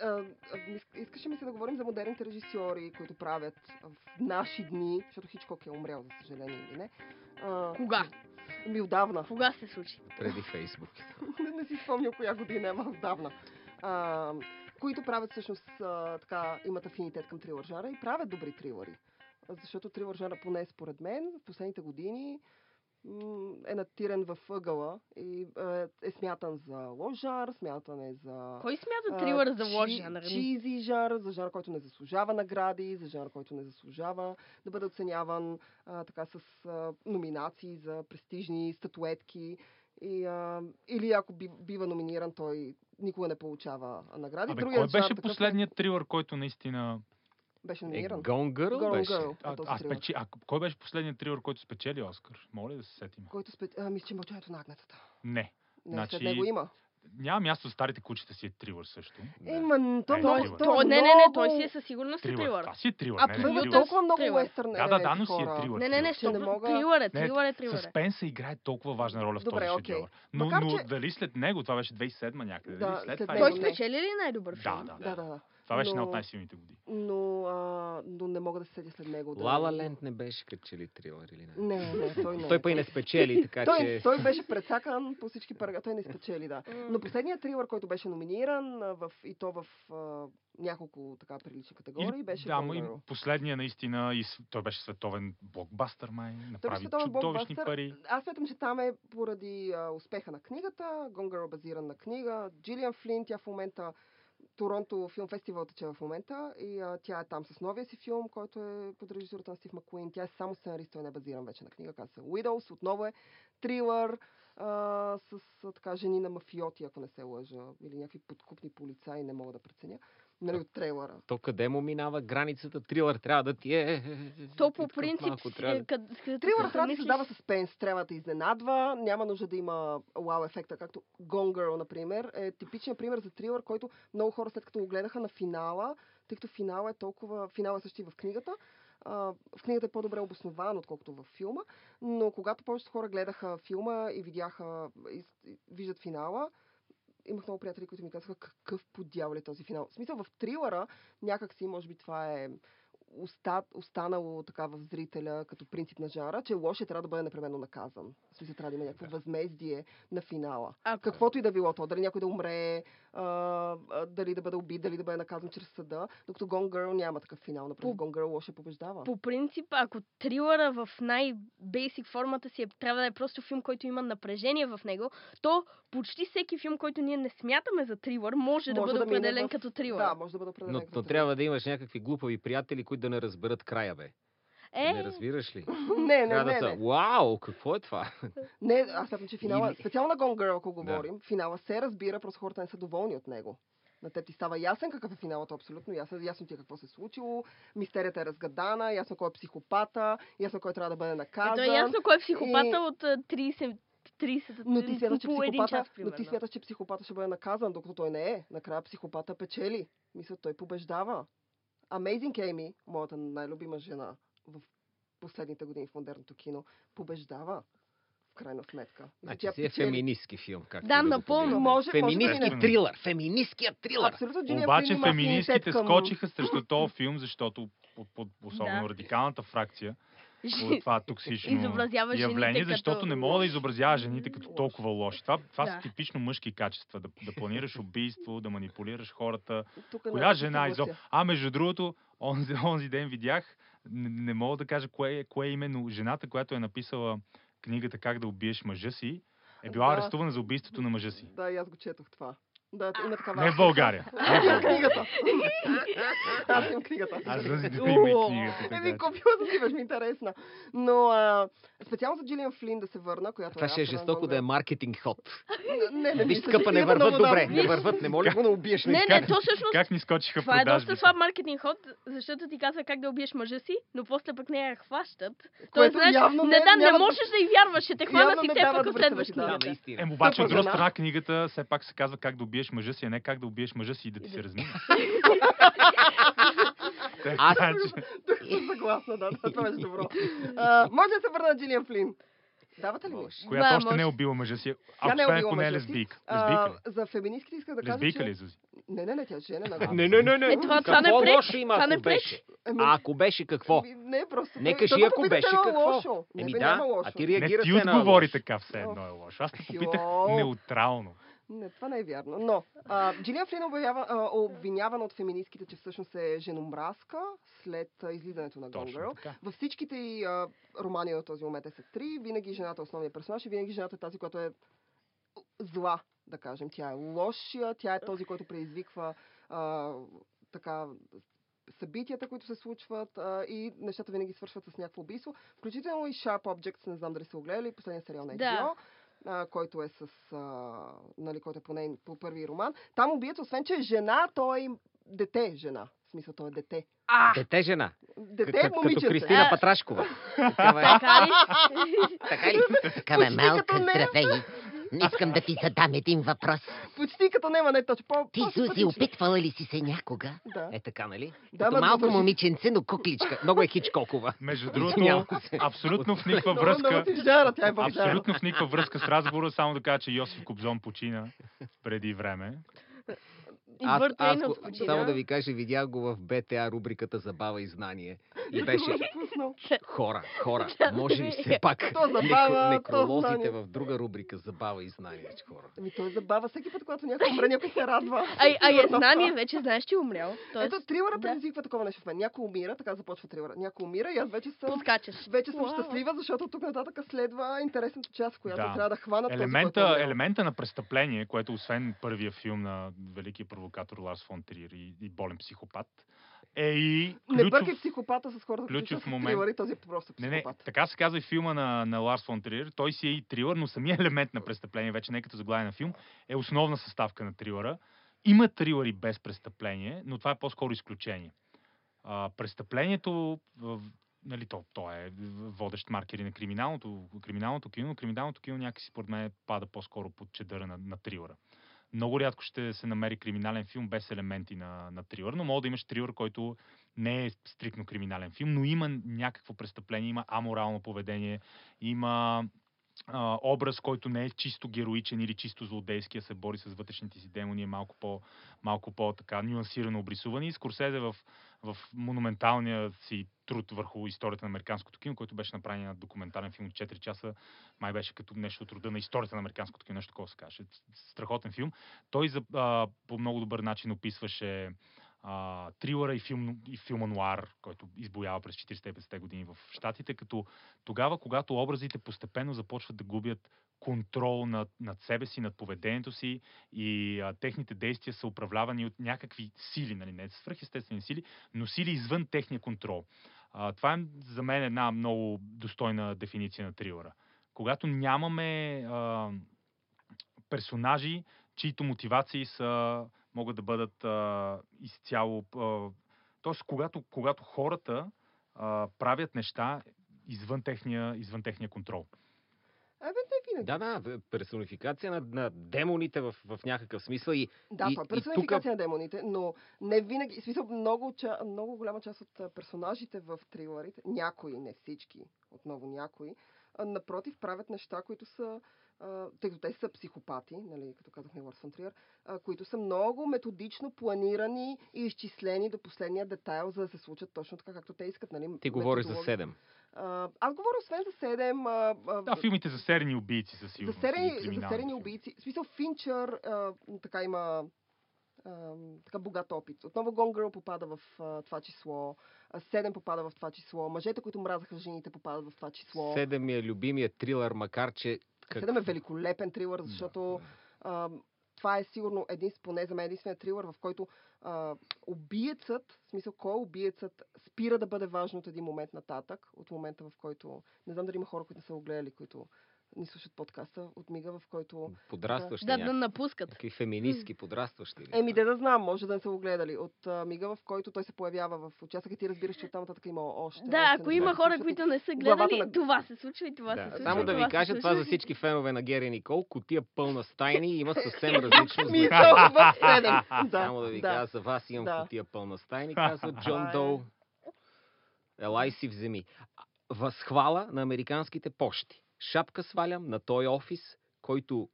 Speaker 1: а, ис- искаше ми се да говорим за модерните режисьори, които правят в наши дни, защото Хичкок е умрял, за съжаление или не. А,
Speaker 3: Кога?
Speaker 1: Ми отдавна.
Speaker 3: Кога се случи?
Speaker 2: Преди Фейсбук. Е,
Speaker 1: не, не си спомням коя година, ама отдавна. А, които правят всъщност а, така, имат афинитет към трилър жара и правят добри трилъри. Защото трилър жара, поне според мен, в последните години м, е натирен в ъгъла и е, е смятан за лош жар, смятан е за...
Speaker 3: Кой смята
Speaker 1: а,
Speaker 3: трилър за лош нали?
Speaker 1: чи-
Speaker 3: жанр?
Speaker 1: Чизи жар, за жар, който не заслужава награди, за жар, който не заслужава да бъде оценяван а, така с а, номинации за престижни статуетки. И, а, или ако би, бива номиниран, той никога не получава награди.
Speaker 4: Абе,
Speaker 1: Другият
Speaker 4: кой
Speaker 1: жанр
Speaker 4: беше
Speaker 1: такъв е-
Speaker 4: последният трилър, който наистина...
Speaker 1: Беше
Speaker 2: Е,
Speaker 1: номиниран.
Speaker 2: Gone Girl
Speaker 1: Gone
Speaker 2: беше.
Speaker 1: Girl.
Speaker 4: А,
Speaker 1: е този
Speaker 4: а,
Speaker 1: трилър.
Speaker 4: спече... а кой беше последният трилър, който спечели Оскар? Моля да се сетим.
Speaker 1: Който спе... а, мисля, че мълчанието на агнетата.
Speaker 4: Не.
Speaker 1: Не, значи... след
Speaker 4: Значи-
Speaker 1: него има.
Speaker 4: Няма място за старите кучета си е трилър също.
Speaker 2: Да.
Speaker 1: Да. Е, ма, то,
Speaker 4: Е,
Speaker 1: много,
Speaker 4: трилър.
Speaker 1: то,
Speaker 3: Той, не, не, не, той си е със сигурност е
Speaker 4: Трилър.
Speaker 3: трилър.
Speaker 4: Това си е трилър. не,
Speaker 1: Той
Speaker 4: не,
Speaker 1: има
Speaker 3: Абсолютно.
Speaker 4: трилър.
Speaker 1: толкова много
Speaker 3: Трилър.
Speaker 1: уестърн
Speaker 4: Да, да, да, но си е
Speaker 1: хора.
Speaker 4: трилър.
Speaker 3: Не, не, не,
Speaker 1: Че не
Speaker 3: стоп.
Speaker 1: мога-
Speaker 3: Трилър е,
Speaker 4: Не,
Speaker 3: трилър е, трилър е.
Speaker 4: Съспенса играе толкова важна роля в
Speaker 1: Добре,
Speaker 4: този
Speaker 1: окей.
Speaker 4: шедьовър. Но,
Speaker 1: Макар,
Speaker 4: но
Speaker 1: че-
Speaker 4: дали след него, това беше 2007 някъде, дали
Speaker 1: Да,
Speaker 4: след,
Speaker 1: след
Speaker 4: това
Speaker 1: него
Speaker 3: Той
Speaker 4: е...
Speaker 1: Ами не.
Speaker 3: спечели ли най-добър
Speaker 4: Да,
Speaker 3: филм?
Speaker 4: да,
Speaker 1: Да, да, да.
Speaker 4: Това беше една
Speaker 1: Но-
Speaker 4: от най-силните години.
Speaker 1: Но, а, но не мога да се седя след него. да-
Speaker 2: Лала Ленд не беше като че ли трилър или не?
Speaker 1: Не, не, той не. е
Speaker 2: Той па и не спечели, така
Speaker 1: той,
Speaker 2: че...
Speaker 1: той беше прецакан по всички параграфи. Той не спечели, да. Но
Speaker 3: М.
Speaker 1: последният трилър, който беше номиниран а, в, и то в а, няколко така прилични категории,
Speaker 4: И-
Speaker 1: беше
Speaker 4: да,
Speaker 1: Gone
Speaker 4: ма и
Speaker 1: Girl.
Speaker 4: последния наистина, и, с- той беше световен блокбастър, май, направи
Speaker 1: световен
Speaker 4: чудовищни
Speaker 1: блокбастър.
Speaker 4: пари.
Speaker 1: Аз смятам, че там е поради а, успеха на книгата. Gone Girl базиран на книга. Джилиан Флинт, тя в момента Торонто филм фестивал тече в момента и а, тя е там с новия си филм, който е под режисурата на Стив Макуин. Тя е само сценарист, той не е базиран вече на книга. Казва се Widows, отново е трилър а, с а, така жени на мафиоти, ако не се лъжа, или някакви подкупни полицаи, не мога да преценя. Нали, от трейлъра.
Speaker 2: То къде му минава границата? Трилър трябва да ти е...
Speaker 3: То
Speaker 2: Ти
Speaker 3: по
Speaker 2: така
Speaker 3: принцип, е,
Speaker 2: малко
Speaker 1: е
Speaker 2: трябва да-
Speaker 1: Трилър трябва да създава съспенс, трябва да изненадва, няма нужда да има вау ефекта, както Gone Girl, например, е типичен пример за трилър, който много хора след като го гледаха на финала, тъй като финала е толкова, финала е също и в книгата, а, в книгата е по-добре обоснован, отколкото във филма, но когато повечето хора гледаха филма и видяха, и, и, виждат финала, имах много приятели, които ми казаха какъв подявол е този финал. В смисъл, в трилъра някакси, може би това е оста, останало така в зрителя като принцип на жара, че лошия трябва да бъде непременно наказан. В смисъл, трябва да има някакво
Speaker 2: Да.
Speaker 1: възмездие на финала.
Speaker 3: Ако-
Speaker 1: Каквото и да било то, дали някой да умре, а, а, дали да бъде убит, дали да бъде наказан чрез съда, докато Gone Girl няма такъв финал. Например,
Speaker 3: По-
Speaker 1: Gone Girl лошия побеждава.
Speaker 3: По принцип, ако трилъра в най-бейсик формата си е, трябва да е просто филм, който има напрежение в него, то почти всеки филм, който ние не смятаме за трилър, може, да
Speaker 1: Може
Speaker 3: бъде
Speaker 1: да мине
Speaker 3: определен
Speaker 1: в-
Speaker 3: като трилър.
Speaker 1: Да, може да бъде определен.
Speaker 2: Но,
Speaker 1: като
Speaker 2: но
Speaker 1: такъв.
Speaker 2: трябва да имаш някакви глупави приятели, които да не разберат края, бе.
Speaker 3: е,
Speaker 2: Не разбираш ли?
Speaker 1: Не, не,
Speaker 2: Трябва да
Speaker 1: не,
Speaker 2: са,
Speaker 1: не.
Speaker 2: вау, какво е това?
Speaker 1: Не, аз смятам, че финала,
Speaker 2: Или-
Speaker 1: специално на Gone Girl, ако
Speaker 2: Да.
Speaker 1: говорим, финала се разбира, просто хората не са доволни от него. На теб ти става ясен какъв е финалът, абсолютно ясен. Ясно ти е какво се е случило, мистерията е разгадана, ясно кой е психопата, ясно кой трябва да бъде наказан.
Speaker 3: ето е ясно кой е психопата от а, 30 30
Speaker 1: Но ти смяташ, че
Speaker 3: по един
Speaker 1: психопата,
Speaker 3: час,
Speaker 1: но ти
Speaker 3: примерно.
Speaker 1: смяташ, че психопата ще бъде наказан, докато той не е. Накрая психопата печели. Мисля, той побеждава. Amazing Amy, моята най-любима жена в последните години в модерното кино, побеждава в крайна сметка. Мисля,
Speaker 2: Значи
Speaker 1: тя
Speaker 2: си е
Speaker 1: печели.
Speaker 2: феминистки филм. Както
Speaker 3: Да,
Speaker 2: и го
Speaker 3: напълно.
Speaker 2: погледнем.
Speaker 1: Може- може
Speaker 2: Феминистки
Speaker 4: да не е.
Speaker 2: трилър. Феминистският трилър.
Speaker 1: Абсолютно, Джулия е
Speaker 4: Обаче
Speaker 1: Фрин има
Speaker 4: феминистките
Speaker 1: афинитет към-
Speaker 4: скочиха срещу този филм, защото под, под особено
Speaker 3: Да.
Speaker 4: радикалната фракция от
Speaker 3: Жи-
Speaker 4: това токсично
Speaker 3: Изобразява жените
Speaker 4: явление,
Speaker 3: като
Speaker 4: защото не мога да
Speaker 3: лоши.
Speaker 4: изобразява жените като
Speaker 1: Лоши.
Speaker 4: толкова лоши. Това, това
Speaker 3: Да.
Speaker 4: са типично мъжки качества. Да, да планираш убийство, да манипулираш хората.
Speaker 1: Тук не
Speaker 4: Коя
Speaker 1: мога да се
Speaker 4: жена изо...
Speaker 1: съглася.
Speaker 4: А, между другото, онзи, онзи ден видях, не, не мога да кажа кое, е- кое е именно жената, която е написала книгата Как да убиеш мъжа си, е била
Speaker 1: Да.
Speaker 4: арестувана за убийството на мъжа е си.
Speaker 1: Да, и аз го четох това. Да, има такава.
Speaker 4: Не в България. Не в
Speaker 1: Аз имам
Speaker 4: България.
Speaker 1: книгата. Аз имам книгата.
Speaker 4: Аз за да има и
Speaker 3: О,
Speaker 4: книгата. така
Speaker 1: Еми,
Speaker 4: че.
Speaker 1: купила съм си, беше ми е интересна. Но а, специално за Джилиан Флин да се върна, която
Speaker 2: Това ще е
Speaker 1: автора на
Speaker 2: жестоко да е
Speaker 1: Gone
Speaker 2: маркетинг ход.
Speaker 1: Girl. Не, не,
Speaker 2: Виж,
Speaker 1: мисля,
Speaker 2: скъпа,
Speaker 1: че
Speaker 2: не
Speaker 1: има
Speaker 2: върват
Speaker 1: много
Speaker 2: добре.
Speaker 1: набор.
Speaker 2: Не върват, не моля го да убиеш.
Speaker 3: Не, не,
Speaker 4: Как-
Speaker 3: то всъщност
Speaker 4: Как ни скочиха
Speaker 3: това е
Speaker 4: продажбите?
Speaker 3: доста слаб маркетинг ход, защото ти казва как да убиеш мъжа си, но после пък не я хващат. Тоест,
Speaker 1: Което
Speaker 3: знаеш,
Speaker 1: явно
Speaker 3: не, да, не
Speaker 1: няма-
Speaker 3: можеш да й вярваш, ще те
Speaker 1: Явно
Speaker 3: хванат и
Speaker 1: не
Speaker 3: те
Speaker 1: дава
Speaker 3: пък
Speaker 1: добри
Speaker 3: обследваш
Speaker 1: съвети, да.
Speaker 2: Да,
Speaker 3: книгата.
Speaker 2: наистина.
Speaker 4: Ем, обаче, от
Speaker 1: Скъпа
Speaker 4: друга
Speaker 1: жена.
Speaker 4: страна, книгата все пак се казва как да убиеш мъжа си, а не как да убиеш мъжа си и да ти се размине.
Speaker 2: Аз-
Speaker 4: Така че-
Speaker 1: Тук съм съгласна, да, да, това беше добро. А, може да се върна на Джилиан Флин. Давате ли ми?
Speaker 2: Може.
Speaker 4: Която
Speaker 3: Да,
Speaker 4: още не е
Speaker 3: може.
Speaker 4: убила мъжа си.
Speaker 1: Тя
Speaker 4: Ако
Speaker 1: не е
Speaker 4: освен
Speaker 1: убила
Speaker 4: ако не е
Speaker 1: мъжа си.
Speaker 4: лесбийка.
Speaker 1: А,
Speaker 4: Лесбийка ли?
Speaker 1: за феминистките исках да кажа,
Speaker 4: Лесбийка ли е
Speaker 1: че...
Speaker 4: Зузи?
Speaker 1: Не, не, не, тя е жена. нали?
Speaker 2: Не, не, не, не.
Speaker 3: Е, това- това не
Speaker 2: Какво
Speaker 3: пречи,
Speaker 2: лошо има,
Speaker 3: това не
Speaker 2: ако беше?
Speaker 1: Ами,
Speaker 2: А ако беше какво?
Speaker 1: Ми, Ами, Не, просто...
Speaker 2: Не
Speaker 1: той-
Speaker 2: кажи,
Speaker 1: той го
Speaker 2: ако
Speaker 1: попита,
Speaker 2: беше,
Speaker 1: дали е
Speaker 2: какво?
Speaker 1: Лошо. Не,
Speaker 2: Еми
Speaker 1: бе,
Speaker 2: да,
Speaker 1: няма лошо.
Speaker 2: а ти
Speaker 4: Не
Speaker 2: реагира
Speaker 4: ти
Speaker 2: се на
Speaker 4: отговори
Speaker 2: лошо.
Speaker 4: така, все едно е лошо. Аз те попитах
Speaker 1: Йоу.
Speaker 4: неутрално.
Speaker 1: Не, това не е вярно. Но а, Джилиан Флин обявява, а, обвинявана от феминистките, че всъщност е женомразка след а, излизането на Gone
Speaker 4: Точно
Speaker 1: Girl.
Speaker 4: така.
Speaker 1: Във всичките и а, романи от този момент е са три. Винаги жената е основният персонаж и винаги жената е тази, която е зла, да кажем. Тя е лошия, тя е този, който предизвиква а, така събитията, които се случват а, и нещата винаги свършват с някакво убийство. Включително и Sharp Objects, не знам дали са го гледали, последния сериал на HBO,
Speaker 3: Да.
Speaker 1: а, който е с, а, нали, който е по, ней, по първи роман. Там убият, освен че е жена, той е им дете жена. В смисъл, той е дете.
Speaker 3: А,
Speaker 2: Дете жена.
Speaker 1: Дете
Speaker 2: Как-
Speaker 1: е
Speaker 2: като
Speaker 1: момиченце.
Speaker 2: Кристина
Speaker 3: А.
Speaker 2: Патрашкова. Такава е.
Speaker 3: така ли?
Speaker 5: Така ли? Каме
Speaker 1: Почти като
Speaker 5: малка,
Speaker 1: нея.
Speaker 5: здравей. Искам да ти задам един въпрос.
Speaker 1: Почти като нема, не точно. По,
Speaker 5: Ти,
Speaker 1: по-симпатични.
Speaker 5: Зузи, опитвала ли си се някога?
Speaker 1: Да.
Speaker 2: Е така, нали?
Speaker 1: Да,
Speaker 2: Като
Speaker 1: ма,
Speaker 2: малко
Speaker 1: завърши.
Speaker 2: момиченце, но кукличка. Много е хичколкова.
Speaker 4: Между
Speaker 2: Няма
Speaker 4: другото,
Speaker 2: се.
Speaker 4: абсолютно в никаква
Speaker 1: Много, много
Speaker 4: връзка.
Speaker 1: ти жара, тя е в жара.
Speaker 4: Абсолютно в никаква връзка с разговора, само да кажа, че Йосиф Кобзон почина преди време.
Speaker 3: И Бърт Рейнолдс
Speaker 2: го-
Speaker 3: почина.
Speaker 2: само да ви кажа, видях го в БТА рубриката Забава и знание. И беше хора, хора, може ли все пак
Speaker 1: То забава,
Speaker 2: неко-
Speaker 1: то
Speaker 2: некролозите
Speaker 1: знание.
Speaker 2: в друга рубрика Забава и знание, че хора.
Speaker 1: Ами той забава всеки път, когато някой умре, някой се радва.
Speaker 3: А, а е
Speaker 1: Сигурно.
Speaker 3: знание, вече знаеш, че е умрял. Тоест,
Speaker 1: Ето, трилъра
Speaker 3: да.
Speaker 1: предизвиква такова нещо в мен. Някой умира, така започва трилъра. Някой умира и аз вече съм,
Speaker 3: подскачаш.
Speaker 1: вече съм
Speaker 3: Уау.
Speaker 1: щастлива, защото тук нататък следва интересната част, която
Speaker 4: Да.
Speaker 1: трябва да хвана този, който е
Speaker 4: Елемента,
Speaker 1: умрял.
Speaker 4: елемента на престъпление, което освен първия филм на Великия провокатор Ларс фон Триер и, и болен психопат, е и
Speaker 1: Не бъркай
Speaker 4: ключов...
Speaker 1: психопата с хората, които
Speaker 4: ключов
Speaker 1: пишат с
Speaker 4: момент.
Speaker 1: трилъри, този е просто
Speaker 4: Не, не,
Speaker 1: психопат.
Speaker 4: така се казва и филма на, на Ларс фон Триер. Той си е и трилър, но самият елемент на престъпление, вече не като заглавие на филм, е основна съставка на трилъра. Има трилъри без престъпление, но това е по-скоро изключение. А, престъплението, в, нали, то, то е водещ маркер и на криминалното, криминалното кино, но криминалното кино някакси според мен пада по-скоро под чедъра на, на трилъра. Много рядко ще се намери криминален филм без елементи на, на трилър, но може да имаш трилър, който не е стрикно криминален филм, но има някакво престъпление, има аморално поведение, има а, образ, който не е чисто героичен или чисто злодейски, а се бори с вътрешните си демони, е малко, по, малко по-така нюансирано обрисуван. И Скорсезе в, в монументалния си труд върху историята на американското кино, който беше направен на документален филм от 4 часа, май беше като нещо от рода на историята на американското кино, нещо такова се каже. Страхотен филм. Той за, а, по много добър начин описваше а, трилъра и, филм, и филма нуар, който избоява през 40-50-те години в Штатите, като тогава, когато образите постепенно започват да губят контрол над, над себе си, над поведението си и а, техните действия са управлявани от някакви сили, нали, не свръхестествени сили, но сили извън техния контрол. А, това е за мен една много достойна дефиниция на трилъра. Когато нямаме а, персонажи, чието мотивации са, могат да бъдат а, изцяло... А, тоест, когато, когато хората а, правят неща извън техния, извън техния контрол.
Speaker 1: Абе, не винаги.
Speaker 2: Да, да, в- персонификация на, на демоните в, в някакъв смисъл и
Speaker 1: Да,
Speaker 2: И-
Speaker 1: това е
Speaker 2: и
Speaker 1: персонификация на демоните, но не винаги. В смисъл, много, ча, много голяма част от а, персонажите в трилърите, някои, не всички, отново някои, а, напротив, правят неща, които са. а, Тъй като те са психопати, нали, като казахме Лорд фон Триер, а, които са много методично планирани и изчислени до последния детайл, за да се случат точно така, както те искат. Нали,
Speaker 2: ти говориш за
Speaker 1: методология.
Speaker 2: 7.
Speaker 1: А, Аз говоря освен за 7. А,
Speaker 4: Да, филмите за серени убийци със
Speaker 1: за
Speaker 4: сигурност. или
Speaker 1: серени, за
Speaker 4: криминални
Speaker 1: серени
Speaker 4: филми.
Speaker 1: убийци. В смисъл Финчър а, така има а, така богат опит. Отново Gone Girl попада в а, това число. а, Седем попада в това число. Мъжете, които мразаха жените, попадат в това число.
Speaker 2: 7 е любимия трилър, макар че... как-
Speaker 1: Седем е великолепен трилър, защото а, това е сигурно един, поне за мен е единствения трилър, в който а, убиецът, в смисъл кой е убиецът, спира да бъде важно от един момент нататък, от момента в който, не знам дали има хора, които не са го гледали, които ни слушат подкаста, от мига, в който
Speaker 2: Подрастващи
Speaker 3: Да, да
Speaker 2: някакви,
Speaker 3: напускат.
Speaker 2: някакви феминистки подрастващи. ли?
Speaker 1: Еми, да да знам, може да не са го гледали. От а, мига, в който той се появява в участъка, ти разбираш, че оттам нататък има още.
Speaker 3: Да,
Speaker 1: още
Speaker 3: ако
Speaker 1: неща
Speaker 3: има
Speaker 1: да се
Speaker 3: хора,
Speaker 1: случват и-
Speaker 3: които не са
Speaker 1: главата
Speaker 3: гледали,
Speaker 1: на-
Speaker 3: това се случва и това се
Speaker 2: Да.
Speaker 3: случва.
Speaker 2: Само
Speaker 3: и
Speaker 2: да ви
Speaker 3: се
Speaker 2: кажа, това
Speaker 3: случва.
Speaker 2: за всички фенове на Гери Никол, котия пълна с тайни има съвсем различно
Speaker 1: Мисъл
Speaker 2: звучание.
Speaker 1: Ами, в седем. Да,
Speaker 2: Само да ви
Speaker 1: да.
Speaker 2: кажа, за вас имам
Speaker 1: Да.
Speaker 2: котия пълна с тайни, казва Джон
Speaker 1: Това е.
Speaker 2: Доу. Елай си вземи. А, Възхвала на американските пощи. Шапка свалям на той офис, който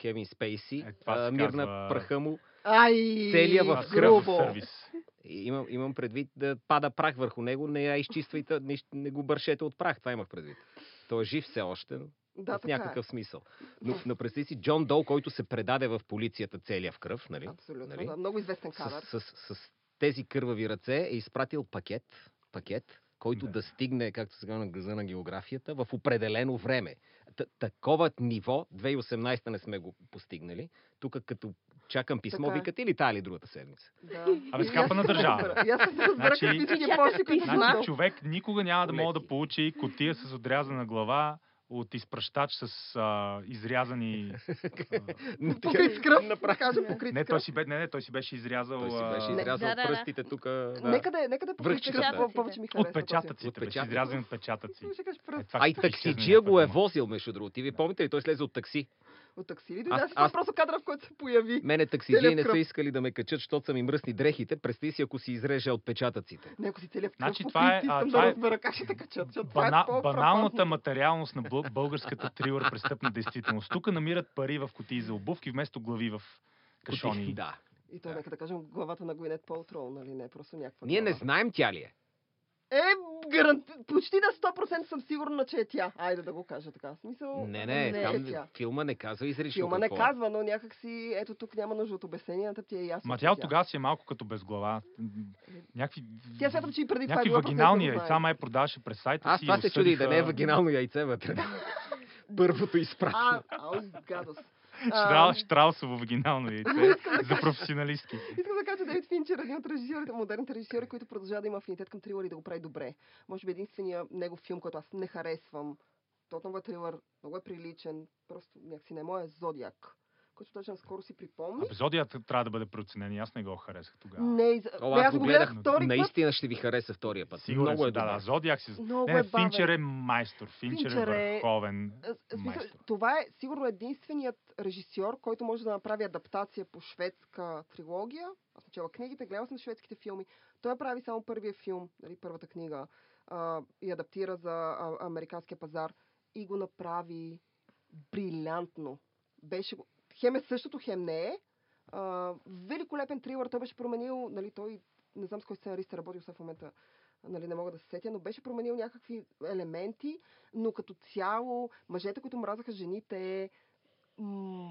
Speaker 2: Кевин Спейси,
Speaker 4: Е, това се
Speaker 2: а, мирна
Speaker 4: казва-
Speaker 2: праха му,
Speaker 1: Ай,
Speaker 2: Целия в
Speaker 4: Това е
Speaker 2: кръв.
Speaker 4: кръв
Speaker 1: грубо.
Speaker 4: сервис.
Speaker 2: И Имам, имам предвид да пада прах върху него, не я изчиствайте, не, щ- не го бършете от прах. Това имах предвид. Той е жив все още, но
Speaker 1: Да,
Speaker 2: в
Speaker 1: така е.
Speaker 2: някакъв смисъл. Но, но представи си Джон Дол, който се предаде в полицията целия в кръв, нали?
Speaker 1: е. Абсолютно,
Speaker 2: нали?
Speaker 1: да. Много известен
Speaker 2: С,
Speaker 1: кадър.
Speaker 2: с, с, с тези кървави ръце е изпратил пакет, пакет който
Speaker 4: Да.
Speaker 2: да. да стигне, както сега на гъза на географията, в определено време. Т- такова ниво, 2018 не сме го постигнали. Тук като чакам писмо,
Speaker 1: Така е.
Speaker 2: викате ли тази или другата седмица?
Speaker 1: Да.
Speaker 4: Абе,
Speaker 1: И
Speaker 4: скапа
Speaker 1: аз
Speaker 4: на
Speaker 1: се
Speaker 4: държава.
Speaker 1: разбера. И аз се разбира
Speaker 4: Значи-
Speaker 1: какви си ги
Speaker 3: Чакат
Speaker 1: почти, които
Speaker 3: писма.
Speaker 1: са
Speaker 4: Значи, човек никога няма да мога да
Speaker 2: Полети.
Speaker 4: получи котия с отрязана глава от изпращач с а, изрязани... А,
Speaker 2: Но така-
Speaker 1: покрит с кръв, да
Speaker 2: Направо.
Speaker 1: кажем покрит
Speaker 4: не,
Speaker 1: с
Speaker 4: той
Speaker 1: кръв.
Speaker 4: си, бе, не, не, той си беше изрязал...
Speaker 2: Той си
Speaker 4: а,
Speaker 2: беше
Speaker 1: Не,
Speaker 2: изрязал
Speaker 3: да, да, да.
Speaker 2: пръстите тук. Да.
Speaker 1: Нека да е, нека да е покрит с
Speaker 3: Отпечатъците.
Speaker 1: кръв, повече ми харесва.
Speaker 4: Отпечатъците, беше
Speaker 2: Отпечатъци.
Speaker 4: изрязани отпечатъци.
Speaker 1: този. Ще кажеш
Speaker 4: Е,
Speaker 1: пръст.
Speaker 4: това
Speaker 2: А и
Speaker 4: като изчезне
Speaker 2: таксиджия го е
Speaker 4: някаква дума.
Speaker 2: возил, между другото. И ви помните ли? Той е слезе от такси.
Speaker 1: От такси ли
Speaker 2: Аз-
Speaker 1: дойде? Аз това е
Speaker 2: аз-
Speaker 1: просто кадър, в който се появи.
Speaker 2: Мене
Speaker 1: Целият
Speaker 2: таксиджии не
Speaker 1: кръв.
Speaker 2: са искали да ме качат, защото са ми мръсни дрехите. Представи си, ако си изреже отпечатъците.
Speaker 1: Не, ако си целият в кръв,
Speaker 4: Значи,
Speaker 1: покрит,
Speaker 4: това е- а,
Speaker 1: искам
Speaker 4: това
Speaker 1: да
Speaker 4: е
Speaker 1: разбера как ще те качат. защото това е
Speaker 4: Бана,
Speaker 1: по-фрапантно.
Speaker 4: баналната материалност на бъл- българската трилър престъпна действителност. Тук намират пари в кутии за обувки, вместо глави в кашони.
Speaker 2: Да.
Speaker 1: И то, нека да кажем, главата на Гуинет Полтрол, нали не, просто някаква
Speaker 2: Ние не
Speaker 1: глава.
Speaker 2: знаем тя ли е.
Speaker 1: Е, гаранти... почти на 100% съм сигурна, че е тя. Айде да го кажа така. В Смисъл,
Speaker 2: Не, не,
Speaker 3: Не.
Speaker 1: че е тя.
Speaker 2: там филма не казва изрично
Speaker 1: Филма не
Speaker 2: какво е.
Speaker 1: казва, но някакси, ето тук няма нужда от обясненията, ти е ясно.
Speaker 4: Ма
Speaker 1: че
Speaker 4: тя
Speaker 1: е
Speaker 4: от тогава си е малко като без глава. Някакви,
Speaker 1: Тя смятам, че и преди това е
Speaker 4: някакви
Speaker 1: била
Speaker 4: вагинални
Speaker 1: просто не го
Speaker 4: яйца
Speaker 1: знае.
Speaker 4: май продаваше през сайта
Speaker 2: Аз
Speaker 4: си.
Speaker 2: това
Speaker 4: и
Speaker 2: се чуди, да не е
Speaker 4: осъдиха-
Speaker 2: вагинално яйце вътре. Първото изпращане.
Speaker 1: А, ау, гадост. А,
Speaker 4: Штрал, Штраусово вагинално яйце за професионалистки.
Speaker 1: Искам да кажа, че Дейвид Финчер е един от режисьорите, модерните режисьори, които продължава да има афинитет към трилър и да го прави добре. Може би единствения негов филм, който аз не харесвам. Той отново е трилър, много е приличен, просто някакси не е моя Зодиак, който даже наскоро си припомни.
Speaker 4: Епизодият трябва да бъде преоценен и аз не го харесах тогава.
Speaker 1: Не, из-
Speaker 2: О,
Speaker 1: не,
Speaker 2: аз го гледах,
Speaker 1: втори път.
Speaker 2: наистина ще ви хареса втория път.
Speaker 4: Сигурен
Speaker 2: Много е
Speaker 4: съм, да, да,
Speaker 2: добър.
Speaker 4: Зодиак си...
Speaker 1: Много
Speaker 4: Не,
Speaker 1: е бавен.
Speaker 4: Финчер е майстор. Финчер,
Speaker 1: Финчер е-
Speaker 4: е върховен.
Speaker 1: Аз- аз мисля,
Speaker 4: майстор.
Speaker 1: това е сигурно единственият режисьор, който може да направи адаптация по шведска трилогия. Аз съм чела книгите, гледала съм шведските филми. Той направи само първия филм, нали, първата книга, а, и адаптира за а, американския пазар и го направи брилянтно. Беше го... Хем е същото, хем не е. А, великолепен трилър, той беше променил, нали, той, не знам с кой сценарист е работил сега в момента, нали, не мога да се сетя, но беше променил някакви елементи, но като цяло, мъжете, които мразаха жените, е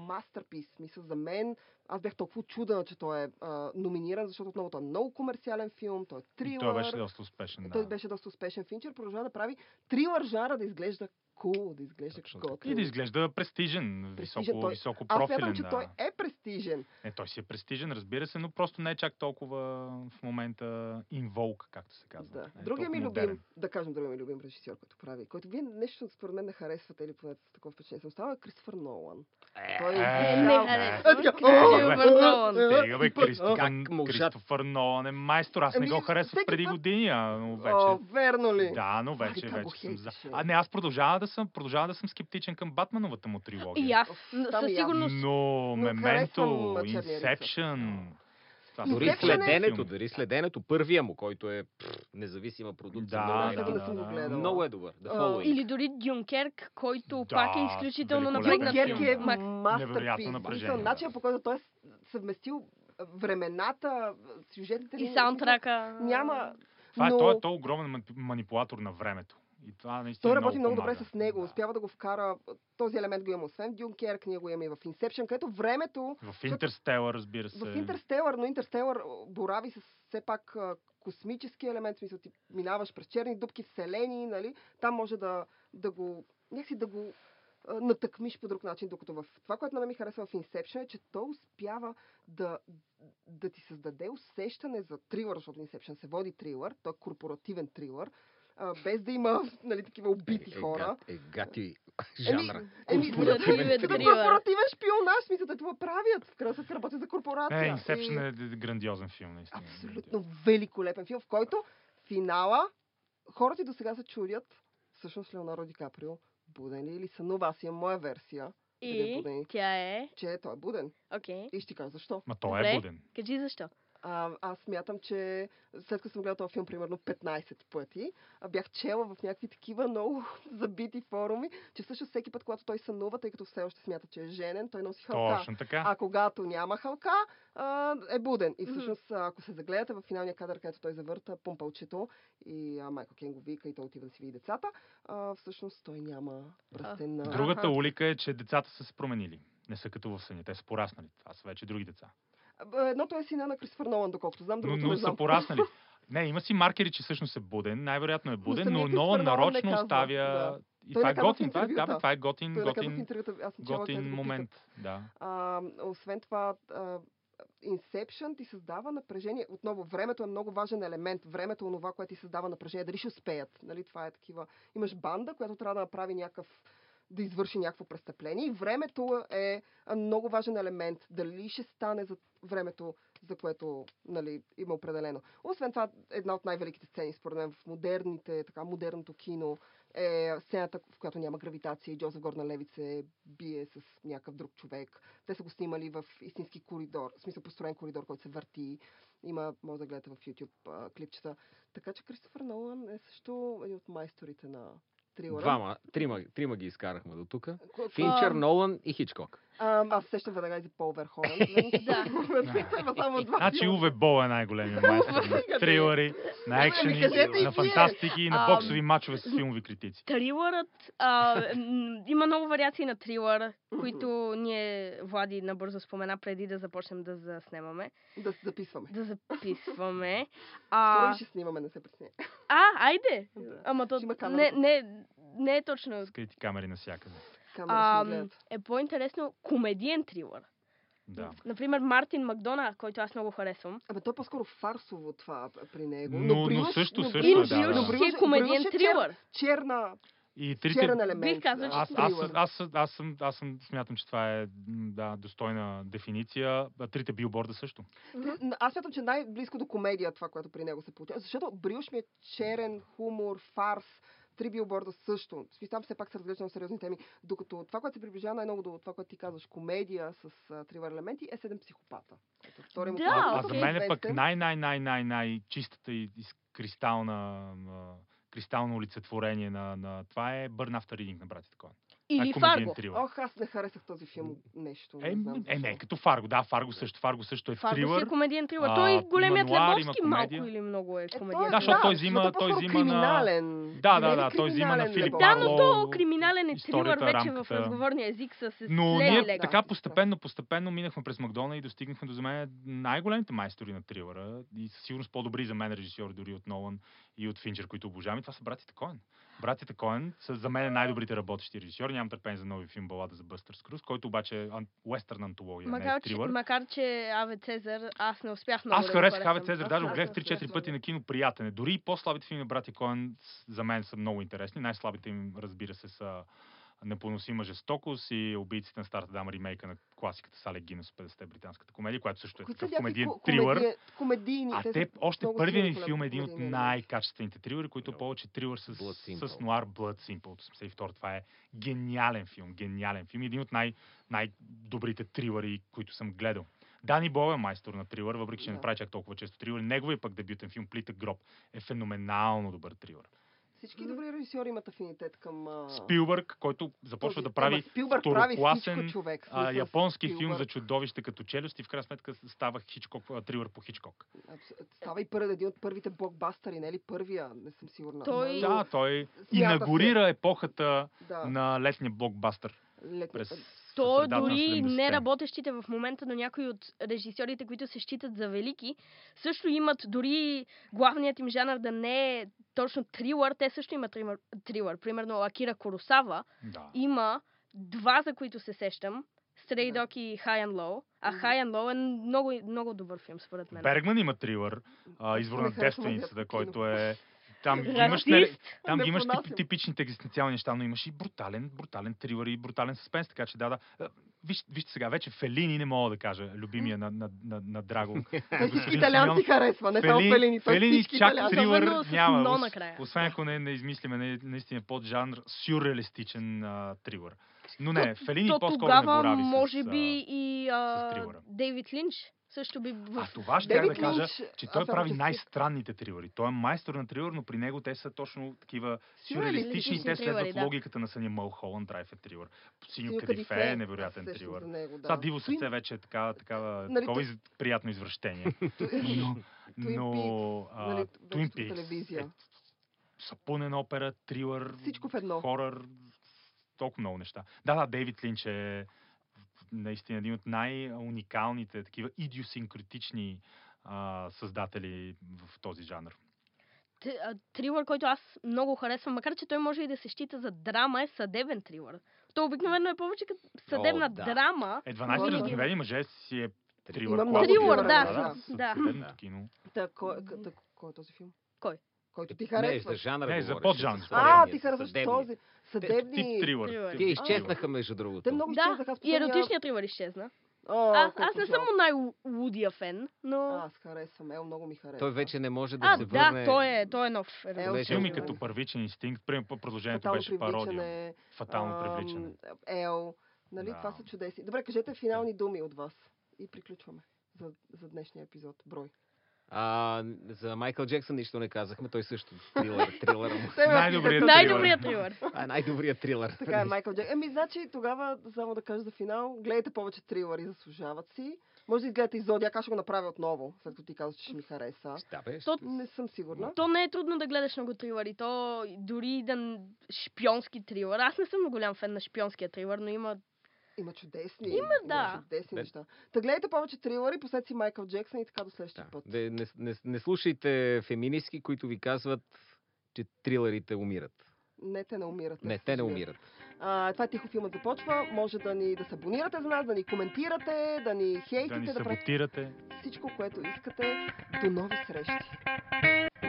Speaker 1: мастерпис. Мисля, за мен, аз бях толкова чудена, че той е а, номиниран, защото отново той е много комерциален филм, той е
Speaker 4: И
Speaker 1: трилър.
Speaker 4: Той беше доста успешен.
Speaker 1: Да.
Speaker 4: Да.
Speaker 1: Той беше доста успешен. Финчер продължава да прави трилър жанра да изглежда кул, cool, да изглежда
Speaker 2: Точно така.
Speaker 1: готин.
Speaker 4: И да изглежда престижен,
Speaker 1: Престижен,
Speaker 4: високо,
Speaker 1: той-
Speaker 4: високо
Speaker 1: Аз
Speaker 4: профилен.
Speaker 1: смятам, че
Speaker 4: да.
Speaker 1: той е престижен.
Speaker 4: Не, той си е престижен, разбира се, но просто не е чак толкова в момента инволк, както се казва.
Speaker 1: Да.
Speaker 4: Не е
Speaker 1: Другия ми любим,
Speaker 4: толкова модерен.
Speaker 1: да кажем, другия ми любим режисьор, който прави, който вие нещо според мен не харесвате или поне с такова впечатление съм става, е Кристофър Нолан.
Speaker 2: Е,
Speaker 1: Той е
Speaker 4: Е,
Speaker 1: гениал.
Speaker 4: не харесвам.
Speaker 1: Е, така,
Speaker 3: Кристофър
Speaker 1: «О,
Speaker 3: Нолан».
Speaker 1: е, е,
Speaker 4: Стига, бе,
Speaker 1: път,
Speaker 4: Кристофър,
Speaker 2: Как можа?
Speaker 4: Кристофър Нолан е майстор. Аз не
Speaker 1: Ами,
Speaker 4: го харесвах
Speaker 1: всеки
Speaker 4: преди
Speaker 1: път-
Speaker 4: години, а, но
Speaker 1: О,
Speaker 4: е, вече...
Speaker 1: верно ли?
Speaker 4: Да, но
Speaker 1: Ай,
Speaker 4: вече,
Speaker 1: как го
Speaker 4: вече съм за...
Speaker 1: хейтиш, бе.
Speaker 4: А не, аз продължава да съм, продължава да съм скептичен към Батмановата му трилогия.
Speaker 3: И аз
Speaker 1: Там
Speaker 3: но
Speaker 1: и аз.
Speaker 3: със сигурност
Speaker 4: Но Мементо,
Speaker 1: харесвам, а, Черния рицар.
Speaker 4: Инсепшън... това са
Speaker 2: Дори
Speaker 1: Изглежда не е
Speaker 2: следенето,
Speaker 4: филми.
Speaker 2: дори следенето, първия му, който е пф, независима продукция.
Speaker 4: Да,
Speaker 2: много е
Speaker 1: да,
Speaker 2: яка.
Speaker 1: да, да. съм го гледала.
Speaker 2: Много е добър. Да
Speaker 1: А,
Speaker 2: Following.
Speaker 3: Или дори Дюнкерк, който
Speaker 4: Да,
Speaker 3: пак е изключително
Speaker 4: великолепен
Speaker 3: напрегнат
Speaker 1: Дюнкерк
Speaker 4: Дюнкерк
Speaker 1: е
Speaker 4: филм,
Speaker 3: филм. Мак-
Speaker 1: мастерпис.
Speaker 4: Невероятно напрежение,
Speaker 1: Мисля,
Speaker 4: да.
Speaker 1: Начинът по който той е съвместил времената, сюжетните
Speaker 3: И
Speaker 1: линии,
Speaker 3: саундтрака.
Speaker 1: Няма.
Speaker 4: Това е,
Speaker 1: но...
Speaker 4: той е то огромен мани- манипулатор на времето. И това наистина е
Speaker 1: Той работи много
Speaker 4: помага.
Speaker 1: добре с него,
Speaker 4: Да.
Speaker 1: успява да го вкара. Този елемент го има освен в Дюнкерк, ние го имаме и в Inception, където времето
Speaker 4: В Интерстела, разбира се.
Speaker 1: в Интерстелър, но Интерстелър борави с все пак а, космически елемент, в смисъл ти минаваш през черни дупки, вселени, нали? Там може да, да го, някакси да го а, натъкмиш по друг начин, докато в това, което на мен ми харесва в Inception е, че той успява да, да ти създаде усещане за трилър, защото Inception се води трилър, той е корпоративен трилър, а, без да има нали, такива убити
Speaker 2: Е,
Speaker 1: хора. нали, е,
Speaker 2: гад- Е, гати жанра.
Speaker 1: Еми,
Speaker 2: Корпоративен
Speaker 1: корпоративен,
Speaker 3: трилър.
Speaker 1: корпоративен шпионаж, мисля, те това правят. В крайна сметка работят за корпорация.
Speaker 4: Е,
Speaker 1: И-
Speaker 4: Инсепшън е д- грандиозен филм, наистина.
Speaker 1: Абсолютно великолепен филм, в който финала хората и до сега се чудят, всъщност Леонардо Ди Каприо буден ли е или сънува, аз имам моя версия, Бъде
Speaker 3: И
Speaker 1: буден.
Speaker 3: тя е...
Speaker 1: че той е буден.
Speaker 3: Окей.
Speaker 1: И ще ти кажа защо.
Speaker 4: Ма той
Speaker 3: Добре.
Speaker 4: е буден.
Speaker 3: Кажи защо.
Speaker 1: А, аз смятам, че след като съм гледала този филм примерно 15 пъти, а бях чела в някакви такива много забити форуми, че всъщност всеки път, когато той сънува, тъй като все още смята, че е женен, той носи халка.
Speaker 4: Точно така.
Speaker 1: А когато няма халка, а, е буден. И всъщност, а, ако се загледате в финалния кадър, където той завърта пумпалчето и а, Майкъл Кен го вика и той отива да си види децата, а, всъщност той няма пръстен на...
Speaker 4: Другата
Speaker 3: Аха.
Speaker 4: улика е, че децата са се променили. Не са като в съня, те са пораснали. Това са вече други деца.
Speaker 1: А, Едното е сина на Кристофър Нолан, доколкото знам,
Speaker 4: Но,
Speaker 1: другото
Speaker 4: но
Speaker 1: не
Speaker 4: са
Speaker 1: знам.
Speaker 4: пораснали. Не, има си маркери, че всъщност е буден. Най-вероятно е буден,
Speaker 1: самия
Speaker 4: но,
Speaker 1: Кристофър
Speaker 4: Нолан
Speaker 1: Нолан не
Speaker 4: нарочно
Speaker 1: казва,
Speaker 4: оставя...
Speaker 1: да.
Speaker 4: И
Speaker 1: Той
Speaker 4: това
Speaker 1: не
Speaker 4: е
Speaker 1: казва в
Speaker 4: готин, това е, да,
Speaker 1: интервюта.
Speaker 4: бе, това е готин,
Speaker 1: Той не казва в
Speaker 4: готин,
Speaker 1: интервюта, аз съм чела, където
Speaker 4: готин
Speaker 1: го питат.
Speaker 4: момент. Да.
Speaker 1: А, освен това, а, Inception ти създава напрежение. Отново, времето е много важен елемент. Времето е онова, което ти създава напрежение. Дали ще успеят. Нали, това е такива. Имаш банда, която трябва да направи някакъв да извърши някакво престъпление. И времето е а, много важен елемент. Дали ще стане за времето, за което нали, има определено. Освен това, една от най-великите сцени, според мен, в модерните, така, модерното кино е сцената, в която няма гравитация и Джозеф Горна Левит се бие с някакъв друг човек. Те са го снимали в истински коридор, в смисъл построен коридор, който се върти. Има, може да гледате в YouTube а, клипчета. Така че Кристофър Нолан е също един от майсторите на трилъра.
Speaker 2: Двама, трима, трима ги изкарахме до тук.
Speaker 1: Ко-
Speaker 2: Финчер,
Speaker 3: А.
Speaker 2: Нолан и Хичкок.
Speaker 1: А, аз се сещам веднага и за Пол Верховен.
Speaker 3: Да.
Speaker 1: Има само два
Speaker 4: Значи
Speaker 1: филма.
Speaker 4: Уве Бол е най-големият майстор на трилъри,
Speaker 3: нали?
Speaker 4: на
Speaker 1: Ами,
Speaker 4: екшени,
Speaker 1: кажете и вие.
Speaker 4: на фантастики, на
Speaker 3: е. Ам.
Speaker 4: боксови мачове с филмови критици.
Speaker 3: Трилърът... А, м, има много вариации на трилър,
Speaker 1: Мгм.
Speaker 3: които ние, Влади, набързо спомена преди да започнем да заснемаме.
Speaker 1: Да се записваме.
Speaker 3: Да записваме.
Speaker 1: Скоро и
Speaker 3: А,
Speaker 1: ще снимаме, не се притесняй.
Speaker 3: а айде!
Speaker 1: Да.
Speaker 3: Ама то
Speaker 1: Ще има камера.
Speaker 3: не, не, не е точно
Speaker 4: Скрити камери навсякъде.
Speaker 1: Искам да
Speaker 3: Ам,
Speaker 1: си гледат.
Speaker 3: е по-интересно комедиен трилър.
Speaker 4: Да.
Speaker 3: Например, Мартин Макдона, който аз много харесвам.
Speaker 1: Абе, то е по-скъро фарсово това при него.
Speaker 4: Но- но
Speaker 1: привлича-
Speaker 4: също-
Speaker 1: но
Speaker 4: също е,
Speaker 1: привлича-
Speaker 4: да, да.
Speaker 1: но привлича-
Speaker 3: Си е
Speaker 1: но
Speaker 3: комедиен
Speaker 1: привлича
Speaker 3: трилър.
Speaker 1: чер- Черна,
Speaker 4: И трите...
Speaker 1: черен елемент.
Speaker 3: Бих казала, че
Speaker 4: Аз, аз,
Speaker 3: трилър.
Speaker 4: аз, аз, аз, съм, аз съм, смятам, че това е м, да, достойна дефиниция. А Трите билборда също.
Speaker 1: Н- Аз смятам, че най-близко до комедия е това, което при него се получава. Защото Брилш ми е черен, хумор, фарс, три билборда също. В смисъл, Там все пак се разглежда на сериозни теми. Докато това, което се приближава най-много до това, което ти казваш, комедия с а, трилър елементи, е седем психопата. Ето, втори му
Speaker 3: Да,
Speaker 1: филм,
Speaker 4: а, а
Speaker 1: който
Speaker 4: за
Speaker 1: е
Speaker 3: окей.
Speaker 4: мен е пък
Speaker 1: известен.
Speaker 4: най-най-най-най-най чистата и, и с- кристална, м, кристално олицетворение на, на това е Burn After Reading на братите Коен.
Speaker 3: Или Фарго.
Speaker 4: Трилър.
Speaker 1: Ох, аз не харесах този филм нещо.
Speaker 4: Е,
Speaker 1: не, знам
Speaker 4: м, е, не,
Speaker 1: защо.
Speaker 4: като Фарго. Да, Фарго също. Фарго също е
Speaker 3: Фарго си е
Speaker 4: трилър.
Speaker 3: комедиен трилър.
Speaker 4: А,
Speaker 3: Той
Speaker 4: има
Speaker 3: големият
Speaker 4: нуар, има
Speaker 3: Лебовски малко
Speaker 4: комедия.
Speaker 3: или много е
Speaker 1: Е, той,
Speaker 3: комедиен.
Speaker 1: е,
Speaker 4: Да, защото той
Speaker 1: защото
Speaker 4: взима-
Speaker 1: е по-скоро
Speaker 4: той взима на-
Speaker 1: криминален.
Speaker 4: Да, да,
Speaker 1: Нали
Speaker 4: да, той взима на
Speaker 1: криминален
Speaker 4: Филип
Speaker 1: е
Speaker 3: Да,
Speaker 1: по-скоро?
Speaker 3: но
Speaker 4: Парло,
Speaker 3: то криминален е трилър
Speaker 4: историята,
Speaker 3: вече в
Speaker 4: рамката.
Speaker 3: разговорния език с с
Speaker 4: Но
Speaker 3: лей
Speaker 4: ние
Speaker 1: да,
Speaker 3: лека.
Speaker 4: така
Speaker 1: да.
Speaker 4: постепенно, постепенно минахме през Макдона и достигнахме до за мен най-големите майстори на трилъра и със сигурност по-добри за мен режисьори дори от Нолан и от Финчер, които обожавам. И това са братите Коен. Братите Коен са за мен най-добрите работещи режисьори. Нямам търпение за нови филм Балада за Бъстър Скрус, който обаче е ан- уестърн антология, не е
Speaker 3: Макар, че,
Speaker 4: трилър.
Speaker 3: макар, че Аве Цезар, аз не успях много
Speaker 4: Аз
Speaker 3: да го
Speaker 4: харесах Аве
Speaker 3: харесам.
Speaker 4: Цезар,
Speaker 1: Аз
Speaker 4: даже го
Speaker 1: харесвам Цезар.
Speaker 4: гледах 3-4 пъти на кино, приятен е. Дори и по-слабите филми на брати Коен с- за мен са много интересни. Най-слабите им, разбира се, са Непоносима жестокост и убийците на старата дама ремейка на класиката Сале Гинес 50-те британската комедия, която също е
Speaker 1: Които
Speaker 4: такъв
Speaker 1: са някакви
Speaker 4: комедиен
Speaker 1: ко-
Speaker 4: трилър.
Speaker 1: комедия- Комедийни.
Speaker 4: А
Speaker 1: са
Speaker 4: те, още
Speaker 1: много
Speaker 4: първият ми
Speaker 1: силни
Speaker 4: филм е един от
Speaker 1: комедийни
Speaker 4: най-качествените трилъри, които
Speaker 2: Да.
Speaker 4: повече трилър с,
Speaker 2: Blood
Speaker 4: с
Speaker 2: Simple.
Speaker 4: нуар Blood Simple от 82. Това е гениален филм, гениален филм. Един от най- най-добрите трилъри, които съм гледал. Дани Бо е майстор на трилър, въпреки че не
Speaker 1: Да.
Speaker 4: прави чак толкова често трилър. Неговият пък дебютен филм Плитък гроб е феноменално добър трилър.
Speaker 1: Всички добри режисьори имат афинитет към... а,
Speaker 4: Спилбърг, който започва
Speaker 1: този-
Speaker 4: да прави
Speaker 1: Ама Спилбърг прави всичко,
Speaker 4: второкласен
Speaker 1: човек. в
Speaker 4: а,
Speaker 1: смисъл,
Speaker 4: японски филм
Speaker 1: Спилбърг.
Speaker 4: за чудовище като челюсти, в крайна сметка става Хичкок, а, трилър по Хичкок.
Speaker 1: Абс- Става и първи, един от първите блокбастъри, не е ли първия, не съм сигурна.
Speaker 3: Той-
Speaker 1: Но-
Speaker 4: Да, той
Speaker 1: Ами, Смята се.
Speaker 4: инагурира епохата
Speaker 1: да,
Speaker 4: на летния блокбастър
Speaker 1: летни-
Speaker 4: през
Speaker 3: То
Speaker 4: средата на
Speaker 3: дори
Speaker 4: 70-те.
Speaker 3: не работещите в момента, но някои от режисьорите, които се считат за велики, също имат дори главният им жанр да не е точно трилър, те също имат трилър. трилър. Примерно Акира Коросава
Speaker 4: Да.
Speaker 3: има два, за които се сещам. Stray
Speaker 1: Да.
Speaker 3: Dog и High and Low. А
Speaker 1: Мгм.
Speaker 3: High and Low е много, много добър филм, според мен.
Speaker 4: Бергман има трилър, а, извор на
Speaker 1: Не харесвам
Speaker 4: девственицата,
Speaker 1: азиатско
Speaker 4: който
Speaker 1: кино.
Speaker 4: е... Там ги имаш,
Speaker 3: Расист!
Speaker 4: не, там ги имаш
Speaker 1: Непоносимо.
Speaker 4: тип, типичните екзистенциални неща, но имаш и брутален, брутален трилър и брутален съспенс, така че да, да. А, Виж, вижте сега, вече Фелини не мога да кажа, любимия на, на, на, на Драго.
Speaker 1: Той
Speaker 4: господин
Speaker 1: всички италианци
Speaker 4: Симеонов.
Speaker 1: харесва, не само
Speaker 4: Фелини-
Speaker 1: Фелини, той
Speaker 4: Фелини
Speaker 1: всички
Speaker 4: чак
Speaker 1: италианци.
Speaker 4: трилър
Speaker 3: Особено с
Speaker 4: няма.
Speaker 3: но
Speaker 4: ос-
Speaker 3: накрая.
Speaker 4: Освен ако не, не измислиме не, наистина поджанр сюрреалистичен а, трилър. Но не, Фелини
Speaker 3: То
Speaker 4: по-скоро
Speaker 3: тогава,
Speaker 4: не борави
Speaker 3: може
Speaker 4: с, а,
Speaker 3: би, и а,
Speaker 4: трилъра.
Speaker 3: Дейвид Линч също би... В...
Speaker 4: А това ще
Speaker 1: Дейвид
Speaker 4: да кажа,
Speaker 1: Линч,
Speaker 4: че
Speaker 1: аз само
Speaker 4: той прави
Speaker 1: ще спи-
Speaker 4: най-странните трилъри. Той е майстор на трилър, но при него те са точно такива сюрреалистични и
Speaker 3: Сюрреалистични
Speaker 4: те следват
Speaker 3: трилъри, да.
Speaker 4: логиката на съня Малхоланд Драйв е трилър. Синьо
Speaker 1: Синьо
Speaker 4: Кадифе
Speaker 1: кадифе,
Speaker 4: е невероятен
Speaker 1: аз също
Speaker 4: трилър.
Speaker 1: за него,
Speaker 4: Това
Speaker 1: да.
Speaker 4: диво
Speaker 1: Twin-
Speaker 4: сърце вече е така, такава,
Speaker 1: Нали,
Speaker 4: такова
Speaker 1: той-
Speaker 4: из... приятно извращение.
Speaker 1: Той-
Speaker 4: Но,
Speaker 1: Twin
Speaker 4: но
Speaker 1: Peaks,
Speaker 4: а,
Speaker 1: нали,
Speaker 4: Twin
Speaker 1: беше по
Speaker 4: Peaks е
Speaker 1: телевизия.
Speaker 4: сапунен опера, трилър,
Speaker 1: Всичко в едно.
Speaker 4: хорър, толкова много неща. Да, да, Дейвид Линч е наистина един от най-уникалните, такива идиосинкретични а, създатели в този жанр.
Speaker 3: Т- а, Трилър, който аз много харесвам, макар че той може и да се счита за драма, е съдебен трилър. То обикновено е повече като съдебна
Speaker 2: О, да.
Speaker 3: драма.
Speaker 4: Е,
Speaker 1: Много
Speaker 4: 12
Speaker 1: да.
Speaker 4: разгневени мъже си е трилър.
Speaker 1: Има
Speaker 4: класика,
Speaker 1: много
Speaker 3: Трилър,
Speaker 1: трилъри,
Speaker 3: да,
Speaker 4: с-
Speaker 3: да.
Speaker 4: съдебното кино.
Speaker 1: Та, кой, к- та, кой е този филм?
Speaker 3: Кой?
Speaker 1: Който Е, ти
Speaker 2: Не, за
Speaker 1: харесваш.
Speaker 2: жанра
Speaker 4: Не, е за
Speaker 2: говореше,
Speaker 4: поджанр.
Speaker 2: за
Speaker 1: А,
Speaker 2: съдебния,
Speaker 1: ти
Speaker 2: за
Speaker 1: харесваш
Speaker 2: съдебния.
Speaker 1: този. Съдебни.
Speaker 4: Тип трилър.
Speaker 3: Трилър.
Speaker 4: филм.
Speaker 2: Те
Speaker 4: Трилър.
Speaker 2: изчезнаха, между другото.
Speaker 1: Те много
Speaker 3: Да,
Speaker 1: изчезнаха, аз
Speaker 3: и
Speaker 1: последния-
Speaker 3: еротичният трилър изчезна.
Speaker 1: О,
Speaker 3: аз, аз
Speaker 1: колко
Speaker 3: не съм
Speaker 1: жалко.
Speaker 3: му най-лудия фен, но... А,
Speaker 1: Аз харесвам, Ел много ми харесва.
Speaker 2: Той вече не може да
Speaker 3: а
Speaker 2: се
Speaker 3: да,
Speaker 2: върне.
Speaker 3: той, е, той е нов.
Speaker 1: Е,
Speaker 3: разбира
Speaker 1: Ел
Speaker 2: Беше
Speaker 1: се
Speaker 4: Филми
Speaker 1: върна.
Speaker 4: като Първичен инстинкт, примерно продължението
Speaker 1: Фатално
Speaker 4: беше пародия.
Speaker 1: привличане,
Speaker 4: Фатално
Speaker 1: ам,
Speaker 4: привличане.
Speaker 1: Ел. Нали,
Speaker 4: Да.
Speaker 1: това са чудесни. Добре, кажете финални думи от вас. И приключваме за, за днешния епизод. Брой.
Speaker 2: А, за Майкъл Джексън нищо не казахме. Той също трилър. трилър. му.
Speaker 4: Най-добрият
Speaker 1: Най-
Speaker 3: Най-добрият трилър.
Speaker 2: Това е най-добрият трилър.
Speaker 1: Така е, Майкъл Джек. Еми, значи тогава, само да кажа за финал, гледайте повече трилъри, заслужават си. Може да изгледате и Зодиак, аз ще го направя отново, след като ти казваш, че ще ми хареса.
Speaker 2: Да, бе,
Speaker 3: То-
Speaker 1: Не съм сигурна.
Speaker 3: То не е трудно да гледаш много трилъри. То дори и да н- шпионски трилър. Аз не съм много голям фен на шпионския трилър, но има...
Speaker 1: Има чудесни.
Speaker 3: Има, да.
Speaker 1: чудесни
Speaker 2: Бе.
Speaker 1: неща. Та гледайте повече трилъри, посет си Майкъл Джексън и така до следващия
Speaker 2: Да.
Speaker 1: път.
Speaker 2: Да, не, не, не слушайте феминистки, които ви казват, че трилърите умират.
Speaker 1: Не, те не умират.
Speaker 2: Не,
Speaker 1: се
Speaker 2: те не
Speaker 1: съжалявам.
Speaker 2: умират.
Speaker 1: А, това е тихо филмът започва. Може да ни да се абонирате за нас, да ни коментирате, да ни
Speaker 4: да
Speaker 1: хейтите,
Speaker 4: ни
Speaker 1: да правите
Speaker 4: саботирате.
Speaker 1: всичко, което искате. До нови срещи!